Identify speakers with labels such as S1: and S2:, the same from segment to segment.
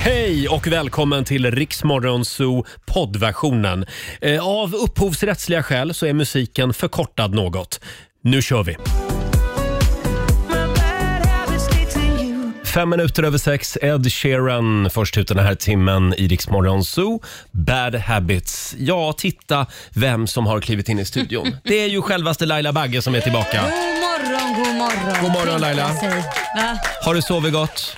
S1: Hej och välkommen till Riksmorgon Zoo poddversionen. Eh, Av upphovsrättsliga skäl så är musiken förkortad något. Nu kör vi! Fem minuter över sex, Ed Sheeran först ut den här timmen i Rix Morgon Zoo. Bad Habits. Ja, titta vem som har klivit in i studion. Det är ju självaste Laila Bagge som är tillbaka.
S2: God morgon, god morgon.
S1: God morgon,
S2: tänkte
S1: Laila.
S2: jag säga. Va?
S1: Har du sovit gott?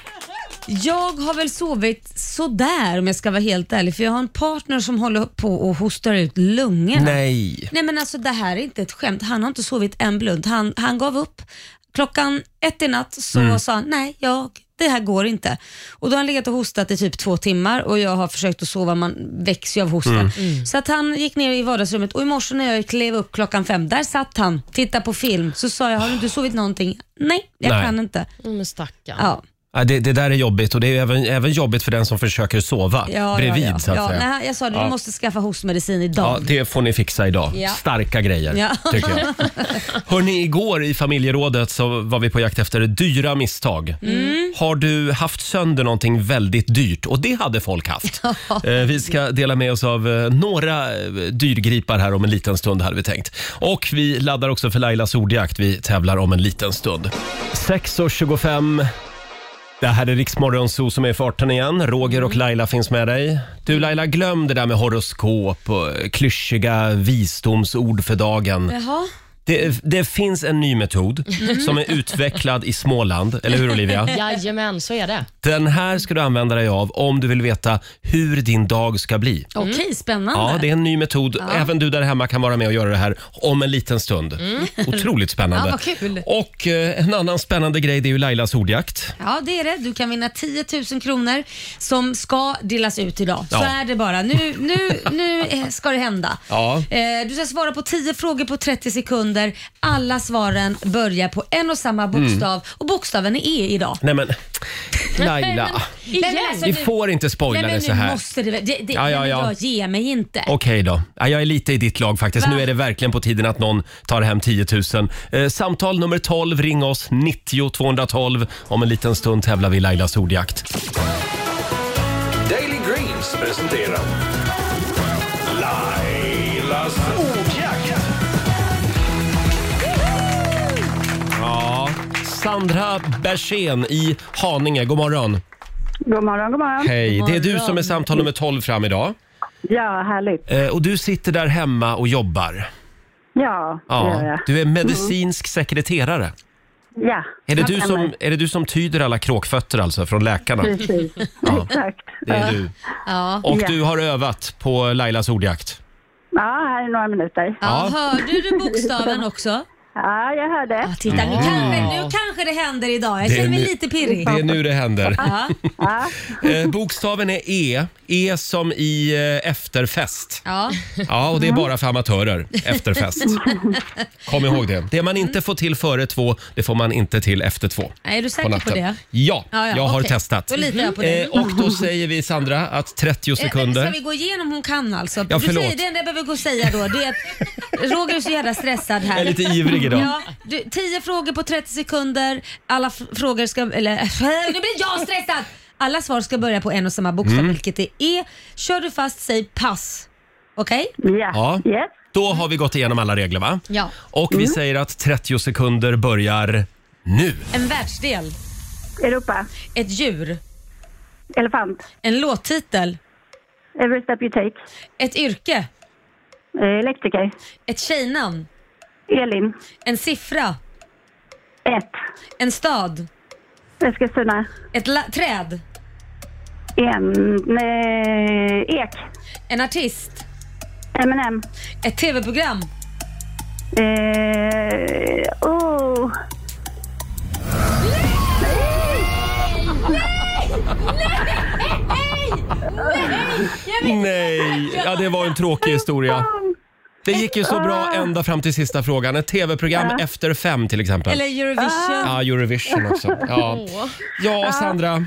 S2: Jag har väl sovit sådär om jag ska vara helt ärlig för jag har en partner som håller på och hostar ut lungorna.
S1: Nej.
S2: Nej men alltså det här är inte ett skämt. Han har inte sovit en blund. Han, han gav upp. Klockan ett i natt så
S1: Mm.
S2: sa han, nej jag, det här går inte. Och då har han legat och hostat i typ två timmar och jag har försökt att sova, man väcks ju av hosten.
S1: Mm.
S3: Mm.
S2: Så att han gick ner i vardagsrummet och i morse när jag klev upp klockan fem, där satt han, tittade på film. Så sa jag, har du inte sovit någonting? Nej, jag
S1: Nej.
S2: kan inte.
S3: Mm, Men stackarn.
S2: Ja.
S1: Ja, det, det där är jobbigt och det är även, även jobbigt för den som försöker sova
S2: Ja,
S1: bredvid.
S2: ja, ja.
S1: Så att
S2: ja,
S1: säga.
S2: Nej, jag sa det,
S1: Ja.
S2: du måste skaffa hostmedicin
S1: Ja,
S2: idag.
S1: det får ni fixa idag.
S2: Ja.
S1: Starka grejer,
S2: Ja.
S1: tycker jag. Hörrni, igår i familjerådet så var vi på jakt efter dyra misstag.
S2: Mm.
S1: Har du haft sönder någonting väldigt dyrt? Och det hade folk haft. Eh, Vi ska dela med oss av eh, några eh, dyrgripar här om en liten stund, hade vi tänkt. Och vi laddar också för Lailas ordjakt. Vi tävlar om en liten stund. 6.25. Det här är Riksmorgon Zoo som är i farten igen. Roger
S3: Mm.
S1: och Laila finns med dig. Du Laila, glöm det där med horoskop och eh, klyschiga visdomsord för dagen.
S2: Jaha.
S1: Det, det finns en ny metod
S3: Mm.
S1: som är utvecklad i Småland, eller hur Olivia?
S3: Jajamän, så är det.
S1: Den här ska du använda dig av om du vill veta hur din dag ska bli.
S3: Mm.
S2: Okej, spännande.
S1: Ja, det är en ny metod. Även du där hemma kan vara med och göra det här om en liten stund. Otroligt spännande.
S3: Mm. Ja, vad kul.
S1: Och eh, en annan spännande grej, det är ju Lailas ordjakt.
S2: Ja, det är det. Du kan vinna 10 000 kronor som ska delas ut idag. Så
S1: Ja.
S2: är det bara. Nu, nu, nu eh, ska det hända.
S1: Ja.
S2: Eh, Du ska svara på 10 frågor på 30 sekunder. Alla svaren börjar på en och samma
S1: Mm.
S2: bokstav och bokstaven är E idag.
S1: Nej men, Laila.
S2: Nej, men alltså,
S1: Vi
S2: nu-
S1: får inte spoila
S2: Nej, men
S1: det så
S2: nu
S1: här.
S2: Måste det, väl- det, det,
S1: Ja, ja,
S2: nej, men
S1: ja.
S2: Jag ger mig inte.
S1: Okej då. Ja, jag är lite i ditt lag faktiskt.
S2: Va?
S1: Nu är det verkligen på tiden att någon tar hem 10 000. Eh, samtal nummer 12, ring oss 90 212. Om en liten stund tävlar vi i Lailas ordjakt.
S4: Daily Greens presenterar Lailas ordjakt.
S1: Ja. Sandra Bersén i Haninge, god morgon.
S5: God morgon, god morgon.
S1: Hej,
S2: God
S1: det är du
S2: morgon.
S1: som är samtal nummer 12 fram idag.
S5: Ja, härligt.
S1: Eh, och du sitter där hemma och jobbar.
S5: Ja, det gör jag. Mm.
S1: Du är medicinsk sekreterare.
S5: Ja,
S1: Är det, du
S5: stämmer.
S1: som, är det du som tyder alla kråkfötter alltså från läkarna?
S5: precis. Exakt.
S1: Det är du.
S2: Ja.
S1: Och
S5: Ja.
S1: du har övat på Lailas ordjakt.
S5: Ja, här är några minuter.
S2: Ja,
S1: Ja.
S2: Hörde du bokstaven också?
S5: Ja, jag hör det.
S2: Ja, titta, nu,
S1: Mm.
S2: kanske, nu kanske det händer idag. Jag
S1: Det är
S2: känner mig
S1: nu-
S2: lite pirrig.
S1: Det är nu det händer.
S2: Ja.
S5: Ja,
S1: Eh, bokstaven är E. E som i eh, efterfest.
S2: Ja.
S1: Ja, och det
S5: Mm.
S1: är bara för amatörer. Efterfest. Kom ihåg det. Det man inte får till före två, det får man inte till efter två.
S2: Är du
S1: På
S2: säker på
S1: natten.
S2: det?
S1: Ja,
S2: Ja, ja,
S1: jag har
S2: okej.
S1: testat.
S2: Då litar jag på dig.
S1: Eh, och då säger vi Sandra att 30
S2: Ska
S1: sekunder.
S2: vi gå igenom hon kan alltså?
S1: Ja,
S2: du
S1: förlåt.
S2: säger, det enda jag behöver gå och säga då det är att Roger är så jävla stressad här.
S1: Jag är lite ivrig idag.
S2: Ja, du, 10 frågor på 30 sekunder. Alla f- frågor ska... Eller nu blir jag stressad! Alla svar ska börja på en och samma bokstav,
S1: Mm.
S2: vilket är E. Kör du fast, säg pass. Okej?
S1: Ja.
S5: ja. Yes.
S1: Då har vi gått igenom alla regler va?
S3: Ja.
S1: Och
S2: Mm.
S1: vi säger att 30 sekunder börjar nu.
S2: En världsdel.
S5: Europa.
S2: Ett djur.
S5: Elefant.
S2: En låttitel.
S5: Every step you take.
S2: Ett yrke.
S5: Eh, Elektriker.
S2: Ett tjejnamn.
S5: Elin.
S2: En siffra.
S5: Ett.
S2: En stad.
S5: Eskilstuna.
S2: Ett la- träd.
S5: En. Eh, ek.
S2: En artist.
S5: M&M.
S2: Ett tv-program.
S5: Eh, oh.
S1: Nej, ja det var en tråkig historia. Det gick ju så bra ända fram till sista frågan. Ett tv-program efter fem till exempel.
S2: Eller
S1: Ah.
S2: Eurovision.
S1: Ja, Eurovision också. Ja, ja Sandra.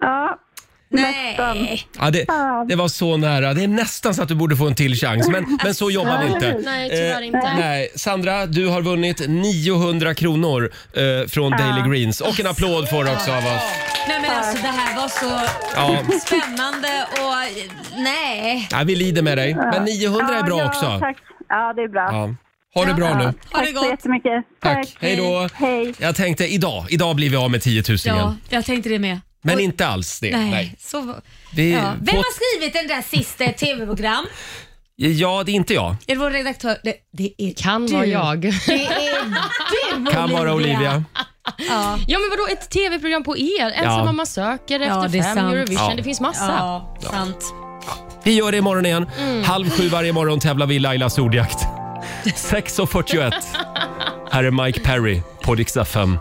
S5: Ja, Nästan.
S2: Nej.
S1: Ja, det, det var så nära. Det är nästan så att du borde få en till chans, men, men så jobbar vi inte.
S3: Nej, tyvärr
S1: Eh,
S3: inte.
S1: Nej, Sandra, du har vunnit 900 kronor eh, från Daily Greens. Och en applåd får du också av oss.
S2: Nej men alltså det här var så
S1: Ja.
S2: spännande och nej.
S1: Ja, vi lider med dig, men 900 är bra
S5: ja,
S1: också.
S5: Tack. Ja, det är bra.
S1: Ja. Ha det bra nu.
S2: Ha det
S5: Tack så
S2: gott.
S5: jättemycket.
S1: Tack. Hej då.
S5: Hej.
S1: Jag tänkte idag, idag blir vi av med 10 000
S2: Ja,
S1: igen.
S2: jag tänkte det med.
S1: Men
S2: Oj,
S1: inte alls det.
S2: Nej.
S1: Nej.
S2: Så,
S1: Vi,
S2: ja. Vem
S1: på,
S2: har skrivit den där sista tv-program?
S1: ja, det är inte jag.
S2: Är det vår redaktör? Det, det är
S3: Kan
S2: du.
S3: vara jag.
S2: Det är du
S1: Kan vara Olivia.
S2: Ja.
S3: Ja, men vadå ett tv-program på er? Ensam
S1: Ja.
S3: mamma söker, Efter
S2: Ja, det är
S3: fem,
S2: sant.
S3: Eurovision.
S1: Ja.
S3: Det finns massa.
S2: ja, sant.
S1: Vi gör det imorgon igen.
S2: Mm.
S1: Halv sju varje morgon tävlar vi i Lailas ordjakt. 6.41. Här är Mike Perry på Dix FM.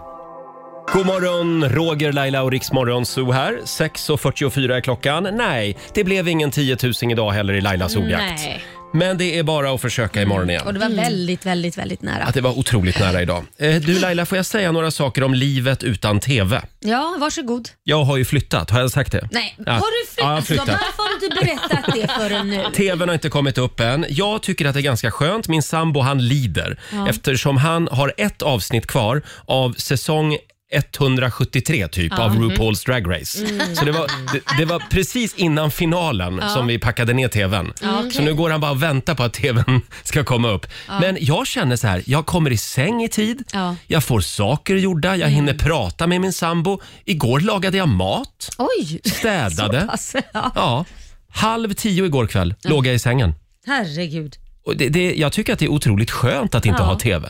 S1: God morgon, Roger, Laila och Riksmorgon Zoo här. 6.44 är klockan. Nej, det blev ingen 10 000 idag heller i Lailas ordjakt.
S3: Nej.
S1: Men det är bara att försöka imorgon igen.
S2: Och det var väldigt, väldigt, väldigt nära.
S1: Att det var otroligt nära idag. Eh, Du Laila, får jag säga några saker om livet utan TV?
S2: Ja, varsågod.
S1: Jag har ju flyttat, har jag sagt det?
S2: Nej,
S1: Ja.
S2: har
S1: Ja,
S2: du
S1: jag har
S2: flyttat?
S1: flyttat.
S2: Varför har du inte berättat det förrän nu?
S1: TVn har inte kommit upp än. Jag tycker att det är ganska skönt. Min sambo han lider eftersom han har ett avsnitt kvar av säsong 173 typ av RuPaul's Drag Race. Så det var, det, det var precis innan finalen som vi packade ner TVn. Så nu går han bara och väntar på att TVn ska komma upp. Men jag känner så här, jag kommer i säng i tid,
S2: Ja.
S1: jag får saker gjorda, jag hinner prata med min sambo. Igår lagade jag mat,
S2: Oj!
S1: städade.
S2: Alltså, ja.
S1: Ja. Halv tio igår kväll låg jag i sängen.
S2: Herregud.
S1: Och det, det, jag tycker att det är otroligt skönt att inte
S2: Ja. Mm.
S1: ha TV.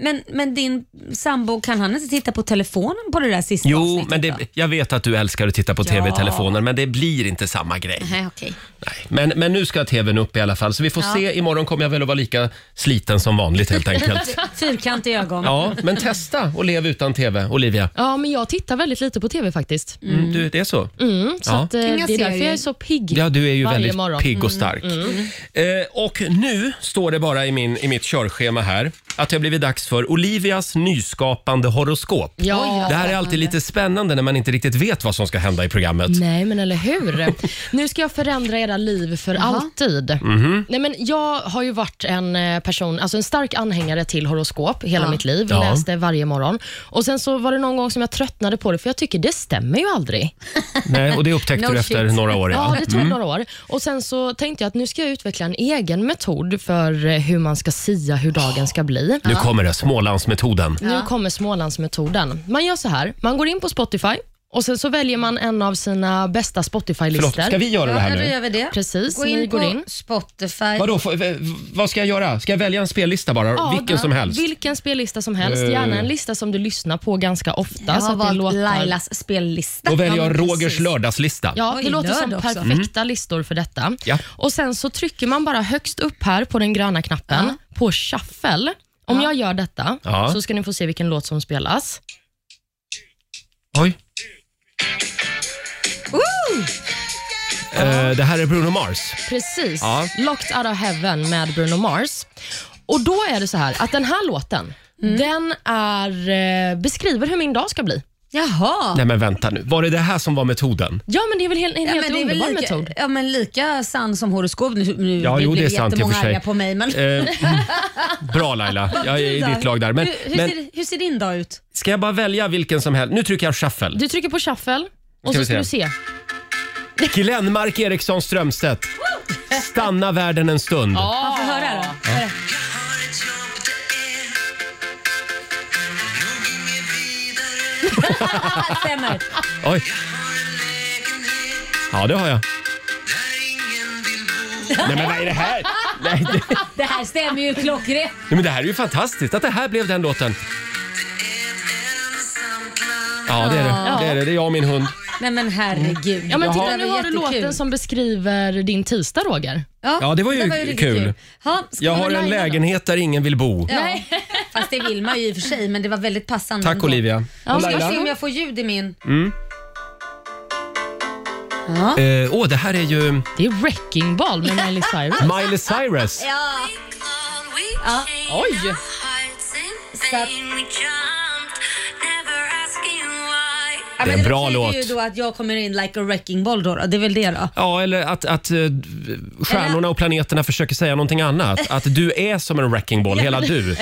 S2: Men, men din sambo, kan han inte titta på telefonen på det där sista
S1: Jo,
S2: avsnittet?
S1: men
S2: då?
S1: det, jag vet att du älskar att titta på TV i
S2: Ja.
S1: telefonen, men det blir inte samma grej.
S2: Nej, okej.
S1: Nej. Men, men nu ska TVn upp i alla fall, så vi får se. Imorgon kommer jag väl att vara lika sliten som vanligt helt enkelt.
S2: Fyrkantig ögon.
S1: Ja, men testa och leva utan TV, Olivia.
S3: Ja, men jag tittar väldigt lite på tv faktiskt.
S1: Mm. Du, det är så?
S3: Mm, så
S1: Ja.
S3: att, eh, det är
S2: Inga
S3: därför
S2: serier.
S3: jag är så pigg
S1: Ja, du är ju
S3: varje
S1: väldigt
S3: morgon.
S1: pigg och stark. Eh, och nu står det bara i, min, i mitt körschema här att det har blivit dags för Olivias nyskapande horoskop.
S3: Ja.
S1: Det här är alltid lite spännande när man inte riktigt vet vad som ska hända i programmet.
S3: Nej, men eller hur? nu ska jag förändra era liv för alltid.
S1: Mhm.
S3: Nej, men jag har ju varit en eh, person, alltså en stark anhängare till horoskop hela mitt liv.
S1: Ja.
S3: Läste varje morgon. Och Sen så var det någon gång som jag tröttnade på det, för jag tycker det stämmer ju aldrig.
S1: Nej, och det upptäckte
S2: No
S1: du efter
S2: shit.
S1: några år. Ja. Mm.
S3: Ja, det tog några år. Och Sen så tänkte jag att nu ska jag utveckla en egen metod för eh, hur man ska sia hur dagen ska bli.
S1: Nu kommer det, Smålandsmetoden.
S3: Nu kommer Smålandsmetoden. Man gör så här, man går in på Spotify och sen så väljer man en av sina bästa
S1: Förlåt,
S3: Spotify-listor.
S1: ska vi göra det här
S2: Ja, då
S1: nu?
S2: gör vi det.
S3: Precis,
S2: Gå
S3: ni
S2: in
S3: går
S2: på
S3: in.
S2: Spotify.
S1: Vadå, får- eh, vad ska jag göra? Ska jag välja en spellista bara?
S3: Ja,
S1: Vilken som helst?
S3: Vilken spellista som helst.
S1: Eh.
S3: Gärna en lista som du lyssnar på ganska ofta.
S2: Jag
S3: så
S2: har
S3: att Alltså, det
S2: valt
S3: låter...
S2: Lailas spellista.
S1: Då väljer
S2: Ja,
S1: jag
S2: men
S1: Rogers
S2: precis.
S1: lördagslista.
S3: Ja, det
S2: Oj,
S3: låter som
S2: lördag också.
S3: perfekta listor för detta.
S1: Mm. Ja.
S3: Och Sen så trycker man bara högst upp här på den gröna knappen på shuffle. Om jag gör detta
S1: Ja.
S3: så ska ni få se vilken låt som spelas.
S1: Oj.
S2: Woo!
S1: Eh, det här är Bruno Mars.
S3: Precis.
S1: Ja.
S3: Locked out of heaven med Bruno Mars. Och Då är det så här att den här låten
S2: Mm.
S3: den är, eh, beskriver hur min dag ska bli.
S2: Jaha.
S1: Nej men vänta nu, var det det här som var metoden?
S3: Ja, men Det är väl hel- en
S2: Ja,
S3: helt
S2: men det är väl
S3: underbar
S2: lika,
S3: metod.
S2: ja, men lika sann som horoskop. Nu, nu
S1: Ja,
S2: blir
S1: jo,
S2: det
S1: det är sant i och för
S2: jättemånga
S1: sig.
S2: arga på mig. Men,
S1: Eh, bra Laila, jag är i
S2: Där.
S1: ditt lag där. Men,
S2: hur, hur,
S1: men
S2: ser, hur ser din dag ut?
S1: ska jag bara välja vilken som helst? Nu trycker jag shuffle.
S3: Du trycker på shuffle
S1: Ska
S3: och så
S1: vi
S3: ska du
S1: se.
S3: se.
S1: Glenmark Eriksson Strömstedt. Stanna världen en stund.
S2: Ja, Få höra då. Stämmer.
S1: Oj. Ja, det har jag. Nej, men vad är det här? Nej, det, nej,
S2: Det här stämmer ju klockrent.
S1: men det här är ju fantastiskt att det här blev den låten. Ja, det är det. Det är, det. Det är jag och min hund.
S2: Nej men herregud.
S3: Ja, men
S2: Det
S3: titta,
S2: där
S3: nu
S2: var
S3: har du
S2: jättekul.
S3: låten som beskriver din tisdag, Roger.
S1: Ja, det var ju
S2: riktigt
S1: kul.
S2: Ja, ska
S1: Jag
S2: vi
S1: har en
S2: lajna då?
S1: lägenhet där ingen vill bo.
S2: Ja. Fast det vill man ju i och för sig, men det var väldigt passande.
S1: Tack
S2: ändå.
S1: Olivia. Mm.
S2: Ja,
S1: Och
S2: ska vi
S1: Laila?
S2: se om jag får ljud i min. Ja.
S1: Eh, Åh, det här är ju
S3: Det är Wrecking Ball med Miley Cyrus.
S1: Miley Cyrus.
S2: ja.
S6: Ja.
S3: Oj!
S6: Så att-
S2: Ja,
S1: Det är
S2: men
S1: en bra
S2: betyder
S1: låt.
S2: ju då att jag kommer in like a wrecking ball då. då. Det är väl det då.
S1: Ja, eller att, att eh, stjärnorna och planeterna försöker säga någonting annat. Att du är som en wrecking ball, hela du.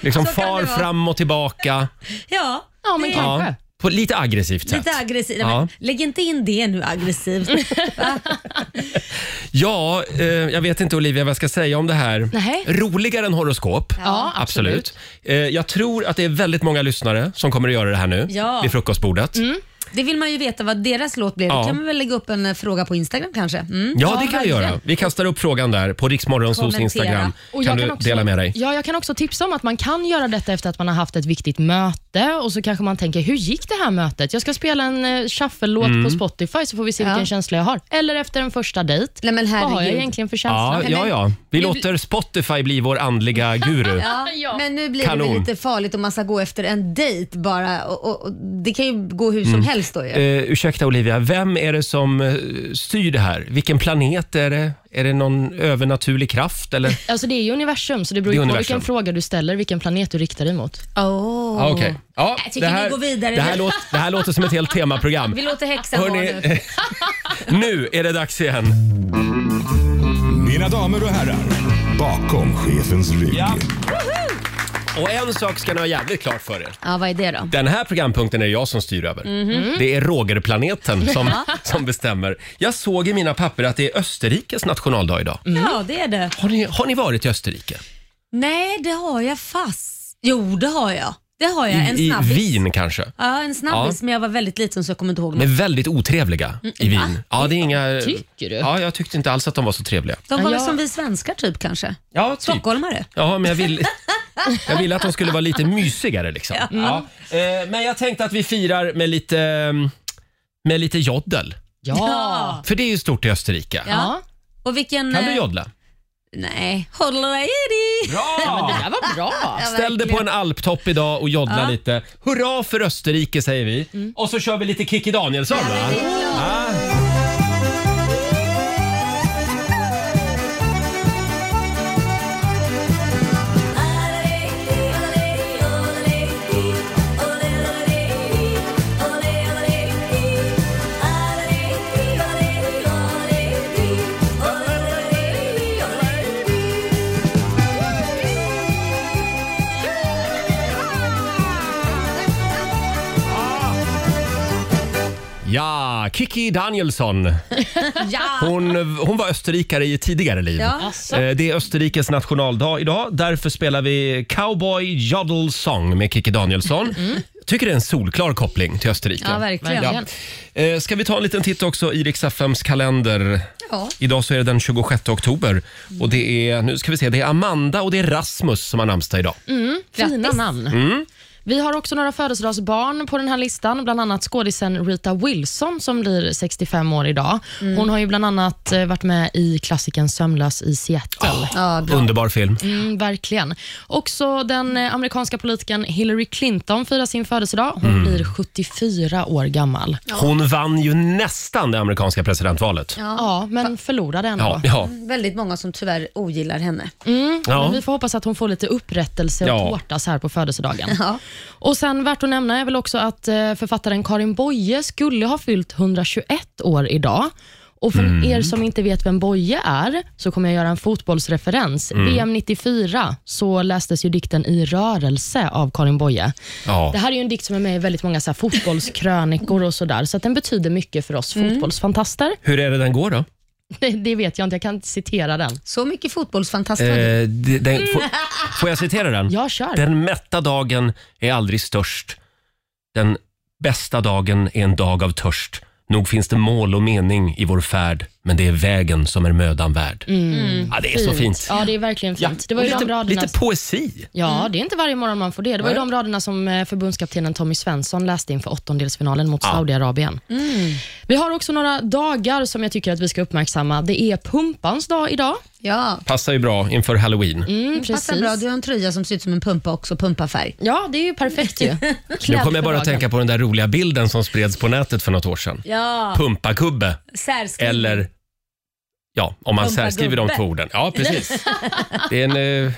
S1: Liksom
S2: Så kan det
S1: far
S2: vara.
S1: fram och tillbaka.
S2: Ja,
S3: Ja, men
S2: det-
S3: kan-
S1: Ja,
S3: Kanske.
S1: på lite aggressivt sätt.
S2: Lite aggressivt.
S1: Ja.
S2: men Lägg inte in det nu aggressivt. Va?
S1: Ja, eh, jag vet inte Olivia vad jag ska säga om det här.
S3: Nej.
S1: Roligare än horoskop.
S3: Ja,
S1: Absolut. Eh, jag tror att det är väldigt många lyssnare som kommer att göra det här nu
S2: Ja.
S1: vid frukostbordet.
S2: Det vill man ju veta vad deras låt blev.
S1: Ja.
S2: Då kan man väl lägga upp en eh, fråga på Instagram kanske. Mm.
S1: Ja, det kan vi
S3: verkligen.
S1: göra. Vi kastar upp frågan där på Riksmorgonsos
S2: Kommentera.
S1: Instagram.
S3: Och
S1: Kan
S3: jag
S1: du
S3: också,
S1: dela med dig?
S3: Ja, jag kan också tipsa om att man kan göra detta efter att man har haft ett viktigt möte och så kanske man tänker, hur gick det här mötet? Jag ska spela en eh, shuffle-låt
S1: Mm.
S3: på Spotify så får vi se vilken
S2: Ja.
S3: känsla jag har. Eller efter en första dejt.
S2: Nej, men
S3: Vad har jag
S2: herregud.
S3: egentligen för
S1: Ja,
S3: känsla?
S1: ja, ja. Vi låter Spotify bli vår andliga guru.
S2: Ja, men nu blir det
S1: Kanon.
S2: väl lite farligt om man ska gå efter en dejt bara. Och, och, och, det kan ju gå hur som helst då ju.
S1: Eh, ursäkta Olivia, vem är det som eh, styr det här? Vilken planet är det? Är det någon övernaturlig kraft eller?
S3: Alltså det är ju universum, så det beror
S1: Det är
S3: ju på
S1: universum.
S3: vilken fråga du ställer, vilken planet du riktar dig mot.
S2: Oh.
S1: Ja, okej. Ja,
S2: Jag tycker vi går vidare.
S1: Mm. Det här, låt, det här låter som ett helt temaprogram.
S2: Vi låter häxan vara
S1: Hörrni,
S2: nu.
S1: nu är det dags igen.
S6: Mina damer och herrar, bakom chefens rygg.
S1: Ja. Och en sak ska ni ha jävligt klart för er.
S2: Ja, vad är det då?
S1: Den här programpunkten är det jag som styr över.
S2: Mhm.
S1: Det är Rogerplaneten som, som bestämmer. Jag såg i mina papper att det är Österrikes nationaldag idag.
S2: Ja, det är det.
S1: Har ni, har ni varit i Österrike?
S2: Nej, det har jag fast. Jo, det har jag. Det har
S1: I,
S2: jag. En
S1: i
S2: snabbis.
S1: Wien kanske?
S2: Ja, en snabbis,
S1: Ja.
S2: men jag var väldigt liten så jag kommer inte ihåg.
S1: De är
S2: något.
S1: väldigt otrevliga i Wien. Ja, det är inga...
S3: Tycker du?
S1: Ja, jag tyckte inte alls att de var så trevliga.
S2: De var
S3: Ja,
S2: väl
S3: jag-
S2: som vi svenskar typ kanske?
S1: Ja, typ.
S2: Stockholmare?
S1: Ja, men jag ville jag vill att de skulle vara lite mysigare. Liksom. Ja. Eh, Men jag tänkte att vi firar med lite, eh, med lite joddel.
S3: Ja.
S1: För det är ju stort i Österrike.
S3: Ja.
S2: Och vilken...
S1: Kan du
S2: eh,
S1: joddla?
S2: Nej. Hålla i dig.
S1: Bra!
S3: Det där var bra.
S2: Ja,
S1: Ställ dig på
S2: verkligen.
S1: en alptopp idag och joddla lite. Hurra för Österrike säger vi. Och så kör vi lite Kikki Danielsson. va? Ah. Ja. Ja, Kikki Danielsson. Hon, hon var österrikare i ett tidigare liv.
S2: Ja.
S3: Asså.
S1: Eh, Det är Österrikes nationaldag idag. Därför spelar vi Cowboy Jodel Song med Kikki Danielsson. Tycker det är en solklar koppling till Österrike.
S2: Mm. Ja, verkligen.
S3: Verkligen.
S1: Eh, Ska vi ta en liten titt också i Rix FMs kalender?
S2: Ja.
S1: Idag så är det den 26 oktober. Och det är, nu ska vi se, det är Amanda och det är Rasmus som har namnsdag idag.
S2: Mm.
S3: Fina namn. Vi har också några födelsedagsbarn på den här listan, bland annat skådisen Rita Wilson som blir 65 år idag. Hon har ju bland annat eh, varit med i klassikern Sömnlös i Seattle.
S2: Ja, bra.
S1: Underbar film.
S3: Mm, verkligen. Också den eh, amerikanska politikern Hillary Clinton firar sin födelsedag. Hon blir 74 år gammal. Ja,
S1: Hon vann ju nästan det amerikanska presidentvalet.
S3: men förlorade ändå.
S1: Ja, ja.
S2: Väldigt många som tyvärr ogillar henne.
S1: ja.
S3: Men vi får hoppas att hon får lite upprättelse och
S1: Ja.
S3: tårta så här på födelsedagen. Och sen Värt att nämna är väl också att eh, författaren Karin Boye skulle ha fyllt 121 år idag. Och för
S1: Mm.
S3: er som inte vet vem Boye är, så kommer jag göra en fotbollsreferens.
S1: Mm.
S3: VM 94 så lästes ju dikten I rörelse av Karin Boye.
S1: Ja.
S3: Det här är ju en dikt som är med i väldigt många så här fotbollskrönikor och sådär, så att den betyder mycket för oss
S1: Mm.
S3: fotbollsfantaster.
S1: Hur är det den går då?
S3: Det, det vet jag inte, jag kan inte citera den.
S2: Så mycket fotbollsfantast var det.
S1: Eh, det- den, får,
S3: Mm.
S1: får jag citera den?
S3: Jag kör.
S1: Den mätta dagen är aldrig störst. Den bästa dagen är en dag av törst. Nog finns det mål och mening i vår färd, men det är vägen som är mödan värd. Ja, det är så fint.
S3: Mm. Ja, det är verkligen fint.
S1: Mm. Ja,
S3: Det var ju
S1: lite,
S3: de raderna...
S1: lite poesi.
S3: Ja,
S2: Mm.
S3: det är inte varje morgon man får det. Det var ju de raderna som eh, förbundskaptenen Tommy Svensson läste inför åttondelsfinalen mot Saudiarabien.
S2: Mm.
S3: Vi har också några dagar som jag tycker att vi ska uppmärksamma. Det är pumpans dag idag.
S2: Ja,
S1: Passar ju bra inför halloween.
S3: Mm,
S2: passar bra. Du har en tröja som ser ut som en pumpa också, pumpafärg.
S3: Ja, det är ju perfekt ju.
S1: Nu kommer jag bara att tänka på den där roliga bilden som spreds på nätet för något år sedan.
S2: Ja,
S1: Pumpakubbe.
S2: särskrivning.
S1: Eller, ja, om man
S2: Pumpagubbe.
S1: särskriver de två orden. Ja, precis. Det är en eh,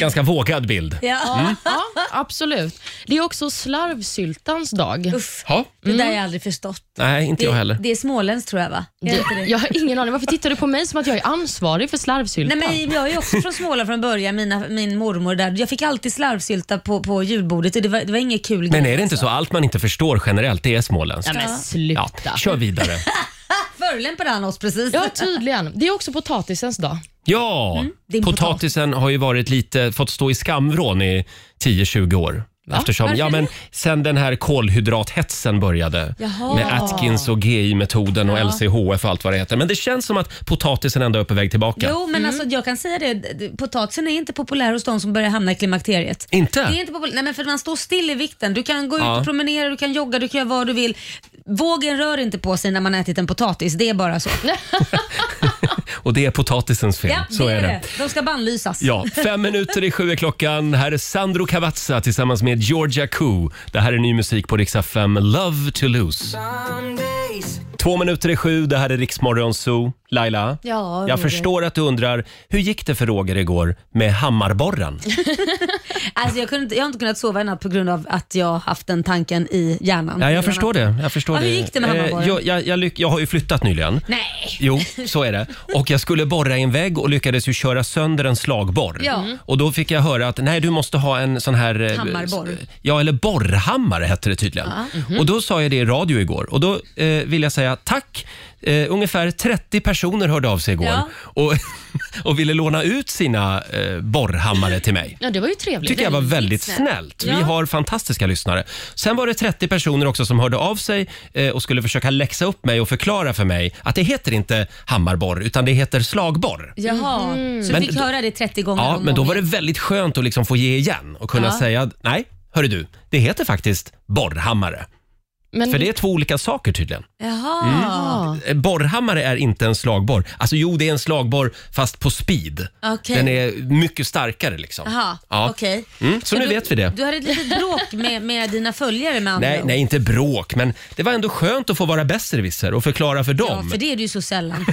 S1: ganska vågad bild.
S2: Ja.
S1: Mm.
S3: Ja, absolut. Det är också slarvsyltans dag.
S2: Uff,
S1: Ja.
S2: det där har jag aldrig förstått.
S1: Nej, inte jag
S2: Det-
S1: heller.
S2: Det är småländskt tror jag va? Är det inte det?
S3: Jag har ingen aning. Varför tittar du på mig som att jag är ansvarig för
S2: Nej,
S3: slarvsyltan?
S2: men jag är ju också från Småland från början, Mina, min mormor där. Jag fick alltid slarvsylta på, på julbordet och det var, det var inget kul
S1: Men
S2: grej,
S1: är det inte
S2: alltså.
S1: så? Allt man inte förstår generellt, det är
S3: Ja,
S1: småländskt.
S3: men sluta.
S1: Ja, kör vidare.
S2: Förolämpade han oss precis?
S3: Ja, tydligen. Det är också potatisens dag.
S1: Ja,
S2: det är en Mm, potatis.
S1: potatisen har ju varit lite, fått stå i skamvrån i 10-20 år. Eftersom, ja, men sen den här kolhydrathetsen började
S2: Jaha.
S1: med Atkins och GI-metoden och LCHF och allt vad det heter. Men det känns som att potatisen ändå är på väg tillbaka. Mm.
S2: Jo, men alltså, jag kan säga det. d- d- Potatisen är inte populär hos de som börjar hamna i klimakteriet.
S1: Inte?
S2: Det är inte populär. Nej, men för man står still i vikten. Du kan gå
S1: Ja.
S2: ut och promenera, du kan jogga, du kan göra vad du vill. Vågen rör inte på sig när man ätit en potatis. Det är bara så.
S1: Och det är potatisens fel.
S2: Ja,
S1: så är det.
S2: De ska bannlysas.
S1: Ja, fem minuter i sju är klockan. Här är Sandro Cavazza tillsammans med Georgia Koo. Det här är ny musik på Rix FM, Love to lose. Två minuter i sju, det här är Riksmorgon Zoo. Laila,
S2: Ja,
S1: jag
S2: Roger.
S1: förstår att du undrar, hur gick det för Roger igår med hammarborren?
S2: Alltså, jag, kunde, inte- jag har inte kunnat sova i natt på grund av att jag har haft den tanken i hjärnan.
S1: Ja, jag förstår det. Jag, förstår
S2: Ja,
S1: det.
S2: hur gick det med
S1: Eh,
S2: hammarborren?
S1: Jag, jag, jag, lyck- jag har ju flyttat nyligen.
S2: Nej.
S1: Jo, så är det. Och jag skulle borra i en vägg och lyckades ju köra sönder en slagborr.
S2: Ja.
S1: Och då fick jag höra att nej, du måste ha en sån här... eh,
S2: Hammarborr. Mhm.
S1: Ja, eller borrhammare hette det tydligen. Mm-hmm. Och då sa jag det i radio igår och då eh, vill jag säga tack. Eh, ungefär 30 personer hörde av sig igår
S2: Ja.
S1: och, och ville låna ut sina eh, borrhammare till mig
S3: Ja, det var ju trevligt.
S1: tycker jag var väldigt snällt. Vi har fantastiska lyssnare. Sen var det 30 personer också som hörde av sig eh, och skulle försöka läxa upp mig och förklara för mig att det heter inte hammarborr utan det heter slagborr.
S2: Jaha, så
S1: Men
S2: du fick
S1: då-
S2: höra det 30 gånger
S1: Ja,
S2: om
S1: men då
S2: och
S1: var det
S2: om
S1: väldigt skönt att liksom få ge igen och kunna
S2: Ja.
S1: säga nej, hörru du, det heter faktiskt borrhammare.
S2: Mm.
S3: Men,
S1: För det är två olika saker tydligen.
S2: igen. Jaha,
S3: ja.
S1: Eh, Borrhammare är inte en slagborr. Alltså jo, det är en slagborr fast på speed.
S2: Okej.
S1: Den är mycket starkare liksom.
S2: Jaha,
S1: Ja.
S2: okej.
S1: Mm, så nu
S2: du,
S1: vet vi det.
S2: Du hade ett litet bråk med, med dina följare med andra
S1: Nej,
S2: ord.
S1: nej, inte bråk, men det var ändå skönt att få vara besserwisser och förklara för
S2: Ja,
S1: dem.
S2: för det är du ju så sällan.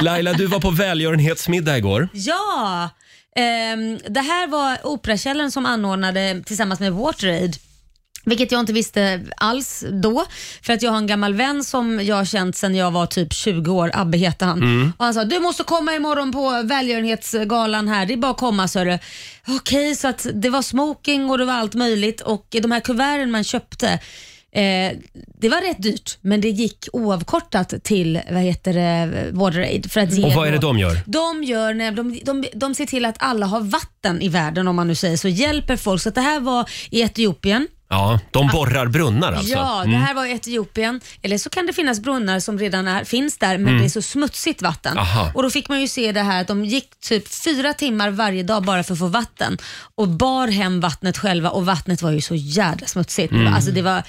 S1: Laila, du var på välgörenhetsmiddag igår.
S2: ja, ehm, det här var Operakällaren som anordnade tillsammans med WaterAid. Vilket jag inte visste alls då, för att jag har en gammal vän som jag har känt sedan jag var typ 20 år, Abbe hette han.
S1: Mm.
S2: Och han sa, du måste komma imorgon på välgörenhetsgalan här, det är bara att komma så du. Okej, så att det var smoking och det var allt möjligt och de här kuverten man köpte, Eh, det var rätt dyrt, men det gick oavkortat till vad heter det, WaterAid. För att ge
S1: Och vad är det
S2: då-
S1: de gör?
S2: De, gör, nej, de, de, de ser till att alla har vatten i världen, om man nu säger så, hjälper folk. Så att det här var i Etiopien.
S1: Ja, de borrar brunnar alltså.
S2: Ah. Ja, det här var i Etiopien. Eller så kan det finnas brunnar som redan är, finns där, men det är så smutsigt vatten.
S1: Mm. Aha.
S2: Och Då fick man ju se det här att de gick typ fyra timmar varje dag bara för att få vatten och bar hem vattnet själva och vattnet var ju så jävla smutsigt.
S1: Mm.
S2: Det var- Alltså det var,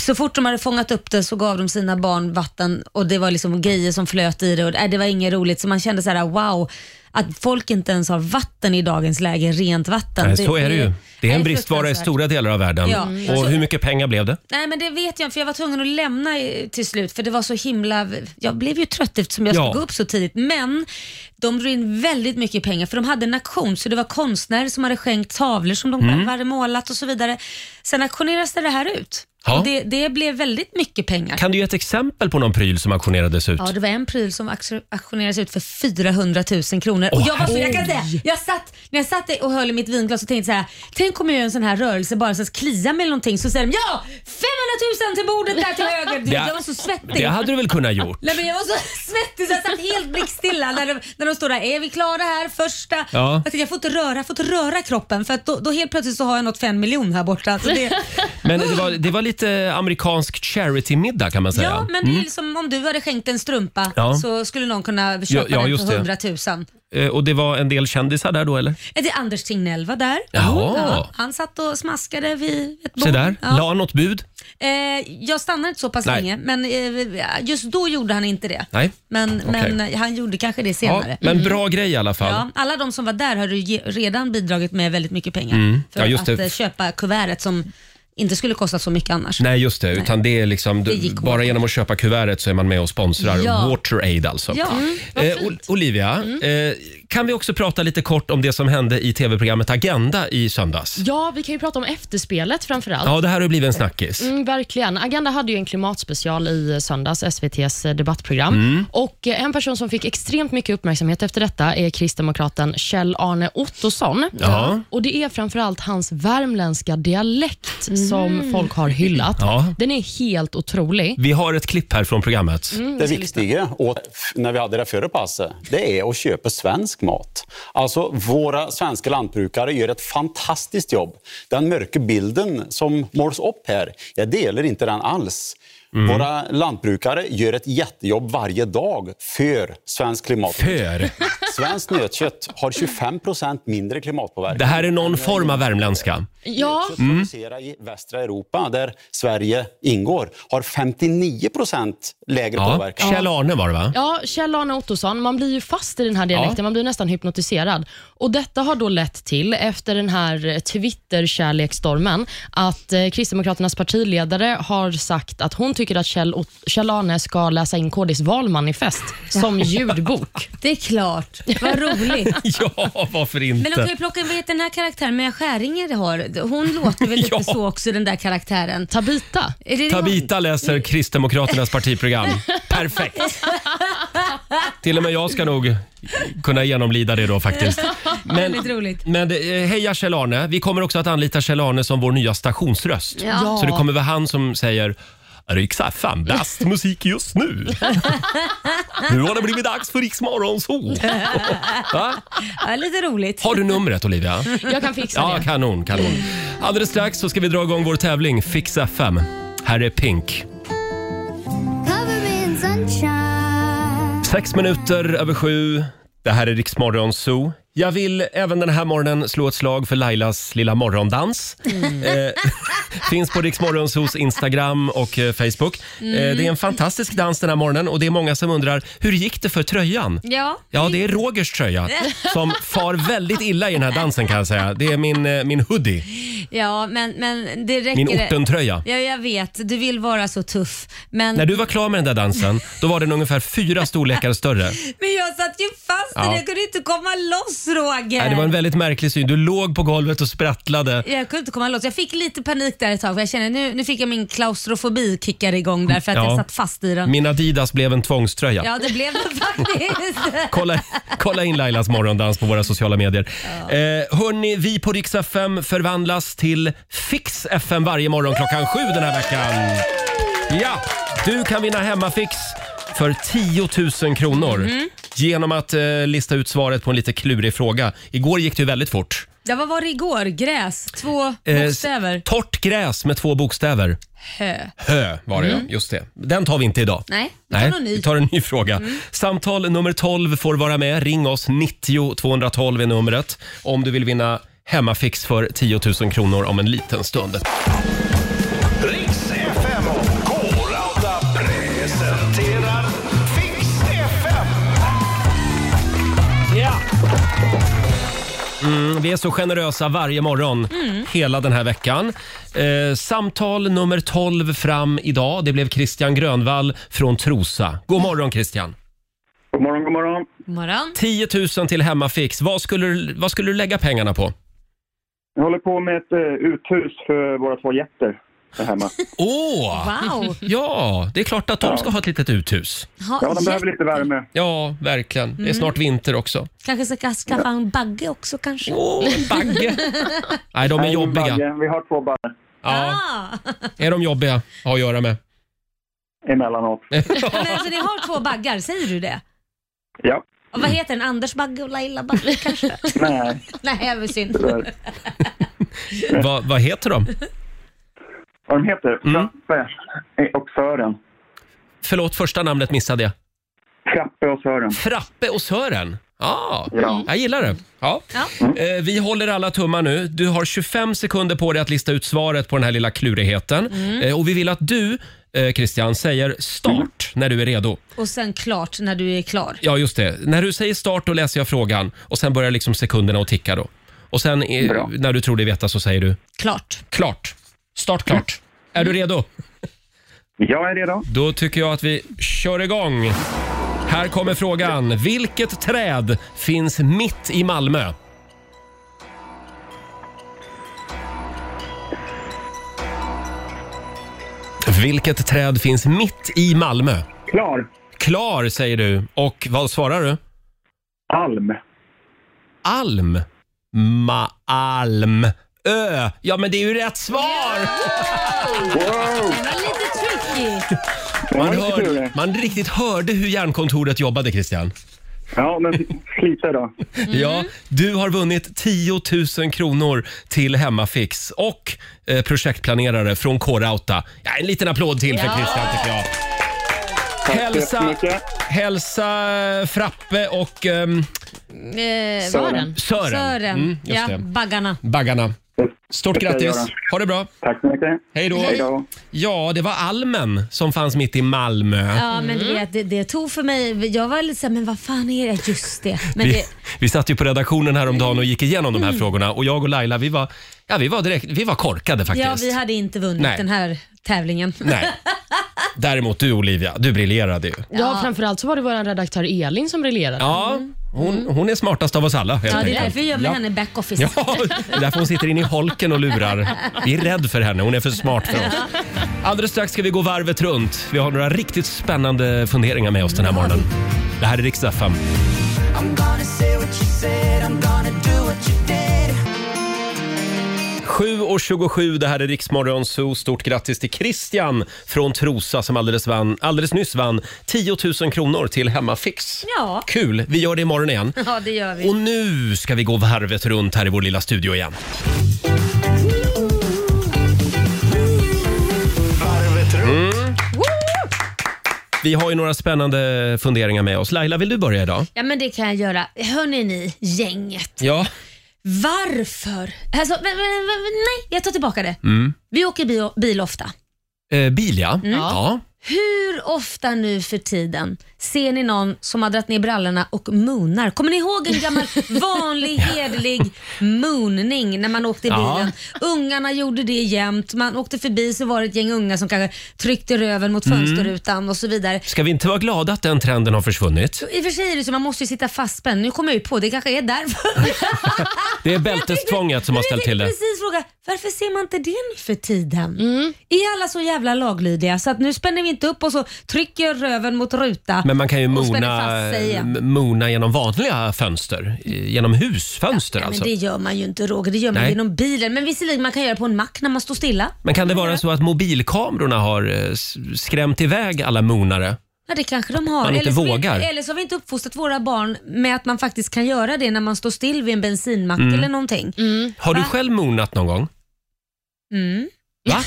S2: så fort de hade fångat upp det så gav de sina barn vatten och det var liksom grejer som flöt i det och nej, det var inget roligt. Så man kände så här: wow, att folk inte ens har vatten i dagens läge, rent vatten.
S1: Nej, så är det ju. Det är en bristvara i
S2: fruktansvärt.
S1: stora delar av världen.
S2: Ja. Mm.
S1: Och hur mycket pengar blev det?
S2: Nej men det vet jag inte för jag var tvungen att lämna eh, till slut för det var så himla, jag blev ju trött eftersom jag
S1: Ja.
S2: skulle gå upp så tidigt. Men de drog in väldigt mycket pengar för de hade en auktion så det var konstnärer som hade skänkt tavlor som
S1: Mm.
S2: de själva hade målat och så vidare. Sen auktionerades det här ut.
S1: Ja.
S2: Och det, det blev väldigt mycket pengar.
S1: Kan du ge ett exempel på någon pryl som auktionerades ut?
S2: Ja, det var en pryl som auktion- auktionerades ut för 400 000 kronor.
S1: Åh,
S2: och jag, var så, jag, kan
S1: herregud.
S2: säga, jag satt, när jag satt och höll i mitt vinglas och tänkte så här, tänk om jag gör en sån här rörelse bara så att klia mig eller någonting så säger de ja, 500 000 till bordet där till höger. Du,
S1: Det-
S2: jag var så svettig.
S1: Det hade du väl kunnat gjort?
S2: Nej, men jag var så svettig så jag satt helt blickstilla när de, när de står där. Är vi klara här? Första.
S1: Ja.
S2: Jag, tänkte, jag får inte röra, jag får inte röra kroppen för att då, då helt plötsligt så har jag nått fem miljoner här borta. Så det,
S1: Men det var, det var lite amerikansk charity-middag kan man säga.
S2: ja, men det är som om du hade skänkt en strumpa
S1: Mm. Ja.
S2: så skulle någon kunna köpa
S1: ja,
S2: den
S1: just
S2: för
S1: det.
S2: 100 000.
S1: Eh, Och det var en del kändisar där då eller?
S2: Ja, Det är Anders Tegnell var där.
S1: Jaha.
S2: Ja, han satt och smaskade vid ett bord.
S1: Se där,
S2: Ja.
S1: la något bud?
S2: Eh, jag stannade inte så pass
S1: Nej.
S2: länge, men eh, just då gjorde han inte det.
S1: Nej.
S2: Men,
S1: Okej.
S2: men eh, han gjorde kanske det Mm.
S1: Ja,
S2: senare. Ja.
S1: men bra grej i alla fall.
S2: alla de som var där har ju ge- redan bidragit med väldigt mycket pengar för
S1: Mm. Ja, just
S2: att
S1: det.
S2: eh, köpa kuvertet som inte skulle kosta så mycket annars.
S1: Nej, just det. Utan det är liksom,
S2: Det
S1: du,
S2: gick
S1: bara genom att köpa kuvertet så är man med och sponsrar
S2: Ja.
S1: WaterAid alltså.
S2: Ja, mm, vad Mm.
S1: eh, Ol- Olivia, eh, kan vi också prata lite kort om det som hände i tv-programmet Agenda i söndags?
S3: Ja, vi kan ju prata om efterspelet framför allt.
S1: Ja, det här har ju blivit en snackis.
S3: Mm, verkligen. Agenda hade ju en klimatspecial i söndags, SVTs eh, debattprogram.
S1: Mm.
S3: Och eh, En person som fick extremt mycket uppmärksamhet efter detta är kristdemokraten Kjell-Arne Ottosson.
S1: Ja.
S3: Och Det är framförallt hans värmländska dialekt som folk har hyllat.
S1: Ja.
S3: Den är helt otrolig.
S1: Vi har ett klipp här från programmet.
S2: Mm.
S7: Det viktiga åt, när vi hade det före passet, det är att köpa svensk mat. Alltså våra svenska lantbrukare gör ett fantastiskt jobb. Den mörka bilden som målas upp här, jag delar inte den alls. Våra lantbrukare gör ett jättejobb varje dag för svensk klimat.
S1: Pör.
S7: Svenskt nötkött har 25 procent mindre klimatpåverkan.
S1: Det här är någon form av värmländska.
S3: Ja,
S7: Nötkött producerat i västra Europa, där Sverige ingår, har 59 procent lägre
S1: Ja.
S7: påverkan.
S1: Kjell-Arne var det va?
S3: Ja, Kjell-Arne Ottosson, man blir ju fast i den här dialekten,
S1: Ja.
S3: man blir nästan hypnotiserad. Och Detta har då lett till, efter den här eh, Twitter-kärleksstormen, att eh, Kristdemokraternas partiledare har sagt att hon tycker att Kjell Ot- Kjell-Arne ska läsa in KDs valmanifest som ljudbok.
S2: Det är klart. Vad roligt.
S1: Ja, varför
S2: Men alltså, de kan
S1: inte?
S2: ju plocka in, vad heter den här karaktären Mia Skäringer har? Hon låter väl lite
S1: Ja.
S2: så också, den där karaktären.
S3: Tabita.
S2: Är det
S1: Tabita läser Kristdemokraternas partiprogram. Perfekt! Till och med jag ska nog kunna genomlida det då faktiskt. Men,
S2: Väldigt roligt.
S1: men eh, heja Kjell-Arne. Vi kommer också att anlita Kjell-Arne som vår nya stationsröst.
S2: Ja.
S1: Så det kommer vara han som säger Riksa fan bäst musik just nu. nu har det blivit dags för Riks morgonzoo. Va?
S2: Ja, lite roligt.
S1: Har du numret Olivia?
S3: Jag kan fixa
S1: Ja,
S3: det.
S1: kanon, kanon. Alldeles strax så ska vi dra igång vår tävling Fix FM. Här är Pink. Sex minuter över sju. Det här är Riksmorgon Zoo. Jag vill även den här morgonen slå ett slag för Lailas lilla morgondans. Eh, finns på Riksmorgon Zoos Instagram och eh, Facebook. Eh, det är en fantastisk dans den här morgonen och det är många som undrar hur gick det för tröjan?
S2: Ja.
S1: Ja, det är Rogers tröja som far väldigt illa i den här dansen kan jag säga. Det är min, eh, min hoodie,
S2: Ja, men, men det räcker.
S1: min ortentröja.
S2: Ja, jag vet. Du vill vara så tuff. Men,
S1: När du var klar med den där dansen, då var den ungefär fyra storlekar större.
S2: men jag satt ju fast i
S1: Ja.
S2: den. Jag kunde inte komma loss, Roger.
S1: Nej, det var en väldigt märklig syn. Du låg på golvet och sprattlade.
S2: Jag kunde inte komma loss. Jag fick lite panik där ett tag för jag kände nu, nu fick jag min klaustrofobi kickar igång där för att
S1: Ja.
S2: jag satt fast i den.
S1: Min Adidas blev en tvångströja.
S2: Ja, det blev det faktiskt.
S1: Kolla, kolla in Lailas morgondans på våra sociala medier. Eh, hörni, vi på Rix FM förvandlas till Fix FM varje morgon klockan sju den här veckan. Ja, du kan vinna hemmafix för 10 000 kronor
S2: Mhm.
S1: genom att eh, lista ut svaret på en lite klurig fråga. Igår gick det ju väldigt fort.
S2: Ja, vad var det igår? Gräs? Två
S1: Eh,
S2: bokstäver?
S1: Torrt gräs med två bokstäver.
S2: Hö. Mm.
S1: Hö var det, ja. Just det. Den tar vi inte idag.
S2: Nej, vi tar någon ny. Mm.
S1: vi tar en ny fråga. Samtal nummer 12 får vara med. Ring oss, 90 212 är numret om du vill vinna hemmafix för 10 000 kronor om en liten stund.
S4: Riks FM och K-Rauta presenterar Fix FM.
S1: Mm, vi är så generösa varje morgon
S2: Mm.
S1: hela den här veckan. Eh, samtal nummer 12 fram idag. Det blev Christian Grönvall från Trosa. God morgon Christian!
S8: God morgon, god morgon.
S2: God Morgon.
S1: 10 000 till hemmafix. Vad skulle, du- vad skulle du lägga pengarna på?
S8: Jag håller på med ett eh, uthus för våra två jätter där hemma.
S1: Åh!
S2: Wow.
S1: Ja, det är klart att de ska ha ett litet uthus.
S2: Ha,
S8: Ja, de
S2: jätte-
S8: behöver lite värme.
S1: Ja, verkligen. Det är snart vinter också.
S2: Kanske ska skaffa en bagge också kanske?
S1: Åh, en bagge! Nej, de är
S8: Nej, ingen
S1: jobbiga.
S8: bagge. Vi har två baggar
S1: Ja,
S2: Ah.
S1: är de jobbiga att ha att göra med.
S8: emellanåt.
S2: Men alltså, ni har två baggar, säger du det?
S8: Ja.
S2: Och vad heter den? Anders bagge och Laila bagge kanske?
S8: Nej,
S2: Nej, det var synd.
S8: tyvärr.
S1: Va, vad heter de?
S8: Vad de heter?
S1: Mm.
S8: Frappe och Sören.
S1: Förlåt, första namnet missade jag.
S8: Frappe och Sören.
S1: Frappe och Sören. Ja,
S8: Ja.
S1: jag gillar det. Ja.
S2: Ja.
S1: Eh, Vi håller alla tummar nu. Du har 25 sekunder på dig att lista ut svaret på den här lilla klurigheten. Eh, Och vi vill att du, eh, Christian, säger start när du är redo.
S2: Och sen klart när du är klar.
S1: Ja, just det. När du säger start, då läser jag frågan och sen börjar liksom sekunderna att ticka då. Och sen eh,
S8: Bra.
S1: när du tror dig veta så säger du
S2: Klart.
S1: klart. Start klart. Är du redo?
S8: Jag är redo.
S1: Då tycker jag att vi kör igång. Här kommer frågan. Vilket träd finns mitt i Malmö? Vilket träd finns mitt i Malmö?
S8: Klar.
S1: Klar, säger du. Och vad svarar du?
S8: Alm.
S1: Alm. Ma alm. Ö. Ja, men det är ju rätt svar!
S8: Wow!
S2: Den var lite tricky.
S1: Man,
S8: lite
S1: hörde,
S8: klurig.
S1: man riktigt hörde hur hjärnkontoret jobbade, Christian.
S8: Ja, men slita idag.
S1: Ja, du har vunnit 10 000 kronor till Hemmafix och eh, projektplanerare från K-Rauta. Ja, en liten applåd till för Christian tycker jag. Hälsa,
S8: jättemycket.
S1: hälsa eh, Frappe och ehm,
S2: Eh,
S3: Var
S1: Sören.
S3: den?
S2: Sören.
S1: Mm, just
S2: ja,
S1: det.
S2: baggarna.
S1: Baggarna. Stort
S8: Det ska jag
S1: grattis.
S8: göra.
S1: Ha det bra.
S8: Tack så mycket.
S1: Hej då.
S8: Hej då.
S1: Ja, det var almen som fanns mitt i Malmö.
S2: Ja, men du vet, det, det tog för mig... Jag var lite såhär, men vad fan är det? Just det. Men
S1: Vi,
S2: det Mm.
S1: vi satt ju på redaktionen häromdagen och gick igenom de här frågorna och jag och Laila vi var, ja, vi var, direkt, vi var korkade faktiskt.
S2: ja, vi hade inte vunnit
S1: Nej.
S2: den här tävlingen.
S1: Nej. Däremot du Olivia, du briljerade ju.
S3: Ja, framförallt så var det vår redaktör Elin som briljerade.
S1: Ja, hon, hon är smartast av oss alla helt
S2: Mm. Ja, det
S1: enkelt.
S2: är därför jag gör med
S1: ja.
S2: henne backoffice.
S1: Ja, det är därför hon sitter inne i holken och lurar. Vi är rädd för henne, hon är för smart för oss. Alldeles strax ska vi gå varvet runt. Vi har några riktigt spännande funderingar med oss den här morgonen. Det här är Riksdag 5. Sju och 27, det här är Riksmorgon Zoo. Stort grattis till Christian från Trosa som alldeles, vann, alldeles nyss vann 10 000 kronor till Hemmafix.
S2: Ja. Mm.
S1: Kul! Vi gör det imorgon igen.
S2: Ja, det gör vi.
S1: Och nu ska vi gå varvet runt här i vår lilla studio igen. Vi har ju några spännande funderingar med oss. Laila, vill du börja idag?
S2: Ja, men det kan jag göra. Hörni ni, gänget.
S1: Ja.
S2: Varför? Alltså, v- v- v- nej, jag tar tillbaka det. Vi åker bio, bil ofta.
S1: Eh, bil, ja.
S2: Mm.
S1: ja.
S2: Hur ofta nu för tiden ser ni någon som har dragit ner brallorna och moonar? Kommer ni ihåg en gammal vanlig hederlig mooning när man åkte i
S1: Ja.
S2: bilen? Ungarna gjorde det jämt. Man åkte förbi så var det ett gäng unga som kanske tryckte röven mot fönsterrutan och så vidare.
S1: Ska vi inte vara glada att den trenden har försvunnit?
S2: I och för sig är det så, man måste ju sitta fastspänd. Nu kommer jag ju på, det kanske är därför.
S1: Det är bältestvånget som har
S2: Men
S1: ställt
S2: jag
S1: till
S2: tänkte
S1: det.
S2: precis fråga, varför ser man inte det nu för tiden?
S1: Mm.
S2: Är alla så jävla laglydiga så att nu spänner vi inte upp och så trycker jag röven mot ruta
S1: Men man kan ju
S2: och spänner
S1: mona,
S2: fast sig igen.
S1: m- mona genom vanliga fönster. eh, Genom husfönster
S2: Nej,
S1: alltså.
S2: men det gör man ju inte Roger, det gör man
S1: Nej.
S2: genom bilen. Men visserligen man kan göra det på en mack när man står stilla.
S1: Men kan det
S2: Mm.
S1: vara så att mobilkamerorna har eh, s- skrämt iväg alla monare?
S2: Ja, det kanske de har.
S1: Man inte
S2: eller, så vi-
S1: vågar.
S2: eller så har vi inte uppfostrat våra barn med att man faktiskt kan göra det när man står still vid en bensinmack
S1: Mm.
S2: eller någonting.
S1: Har du
S2: Va?
S1: själv monat någon gång?
S2: Mm.
S1: Va?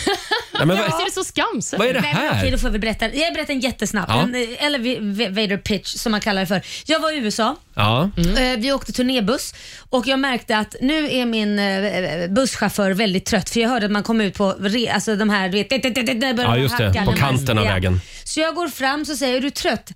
S1: Nej, men
S3: Visst är
S1: vad,
S3: det så skamset?
S1: vad är det
S2: Nej, men Okej,
S1: här?
S2: då får vi berätta. Jag berättar en jättesnabb.
S1: Ja.
S2: En eh, elevator pitch som man kallar det för. Jag var i USA.
S1: Ja.
S2: Eh, Vi åkte turnébuss och jag märkte att nu är min eh, busschaufför väldigt trött för jag hörde att man kom ut på re, alltså de här, du vet, det- det- det- det- det
S1: Ja,
S2: började
S1: just det.
S2: hacka
S1: På
S2: när man-
S1: kanten av
S2: ja.
S1: vägen.
S2: Så jag går fram så säger, är du trött?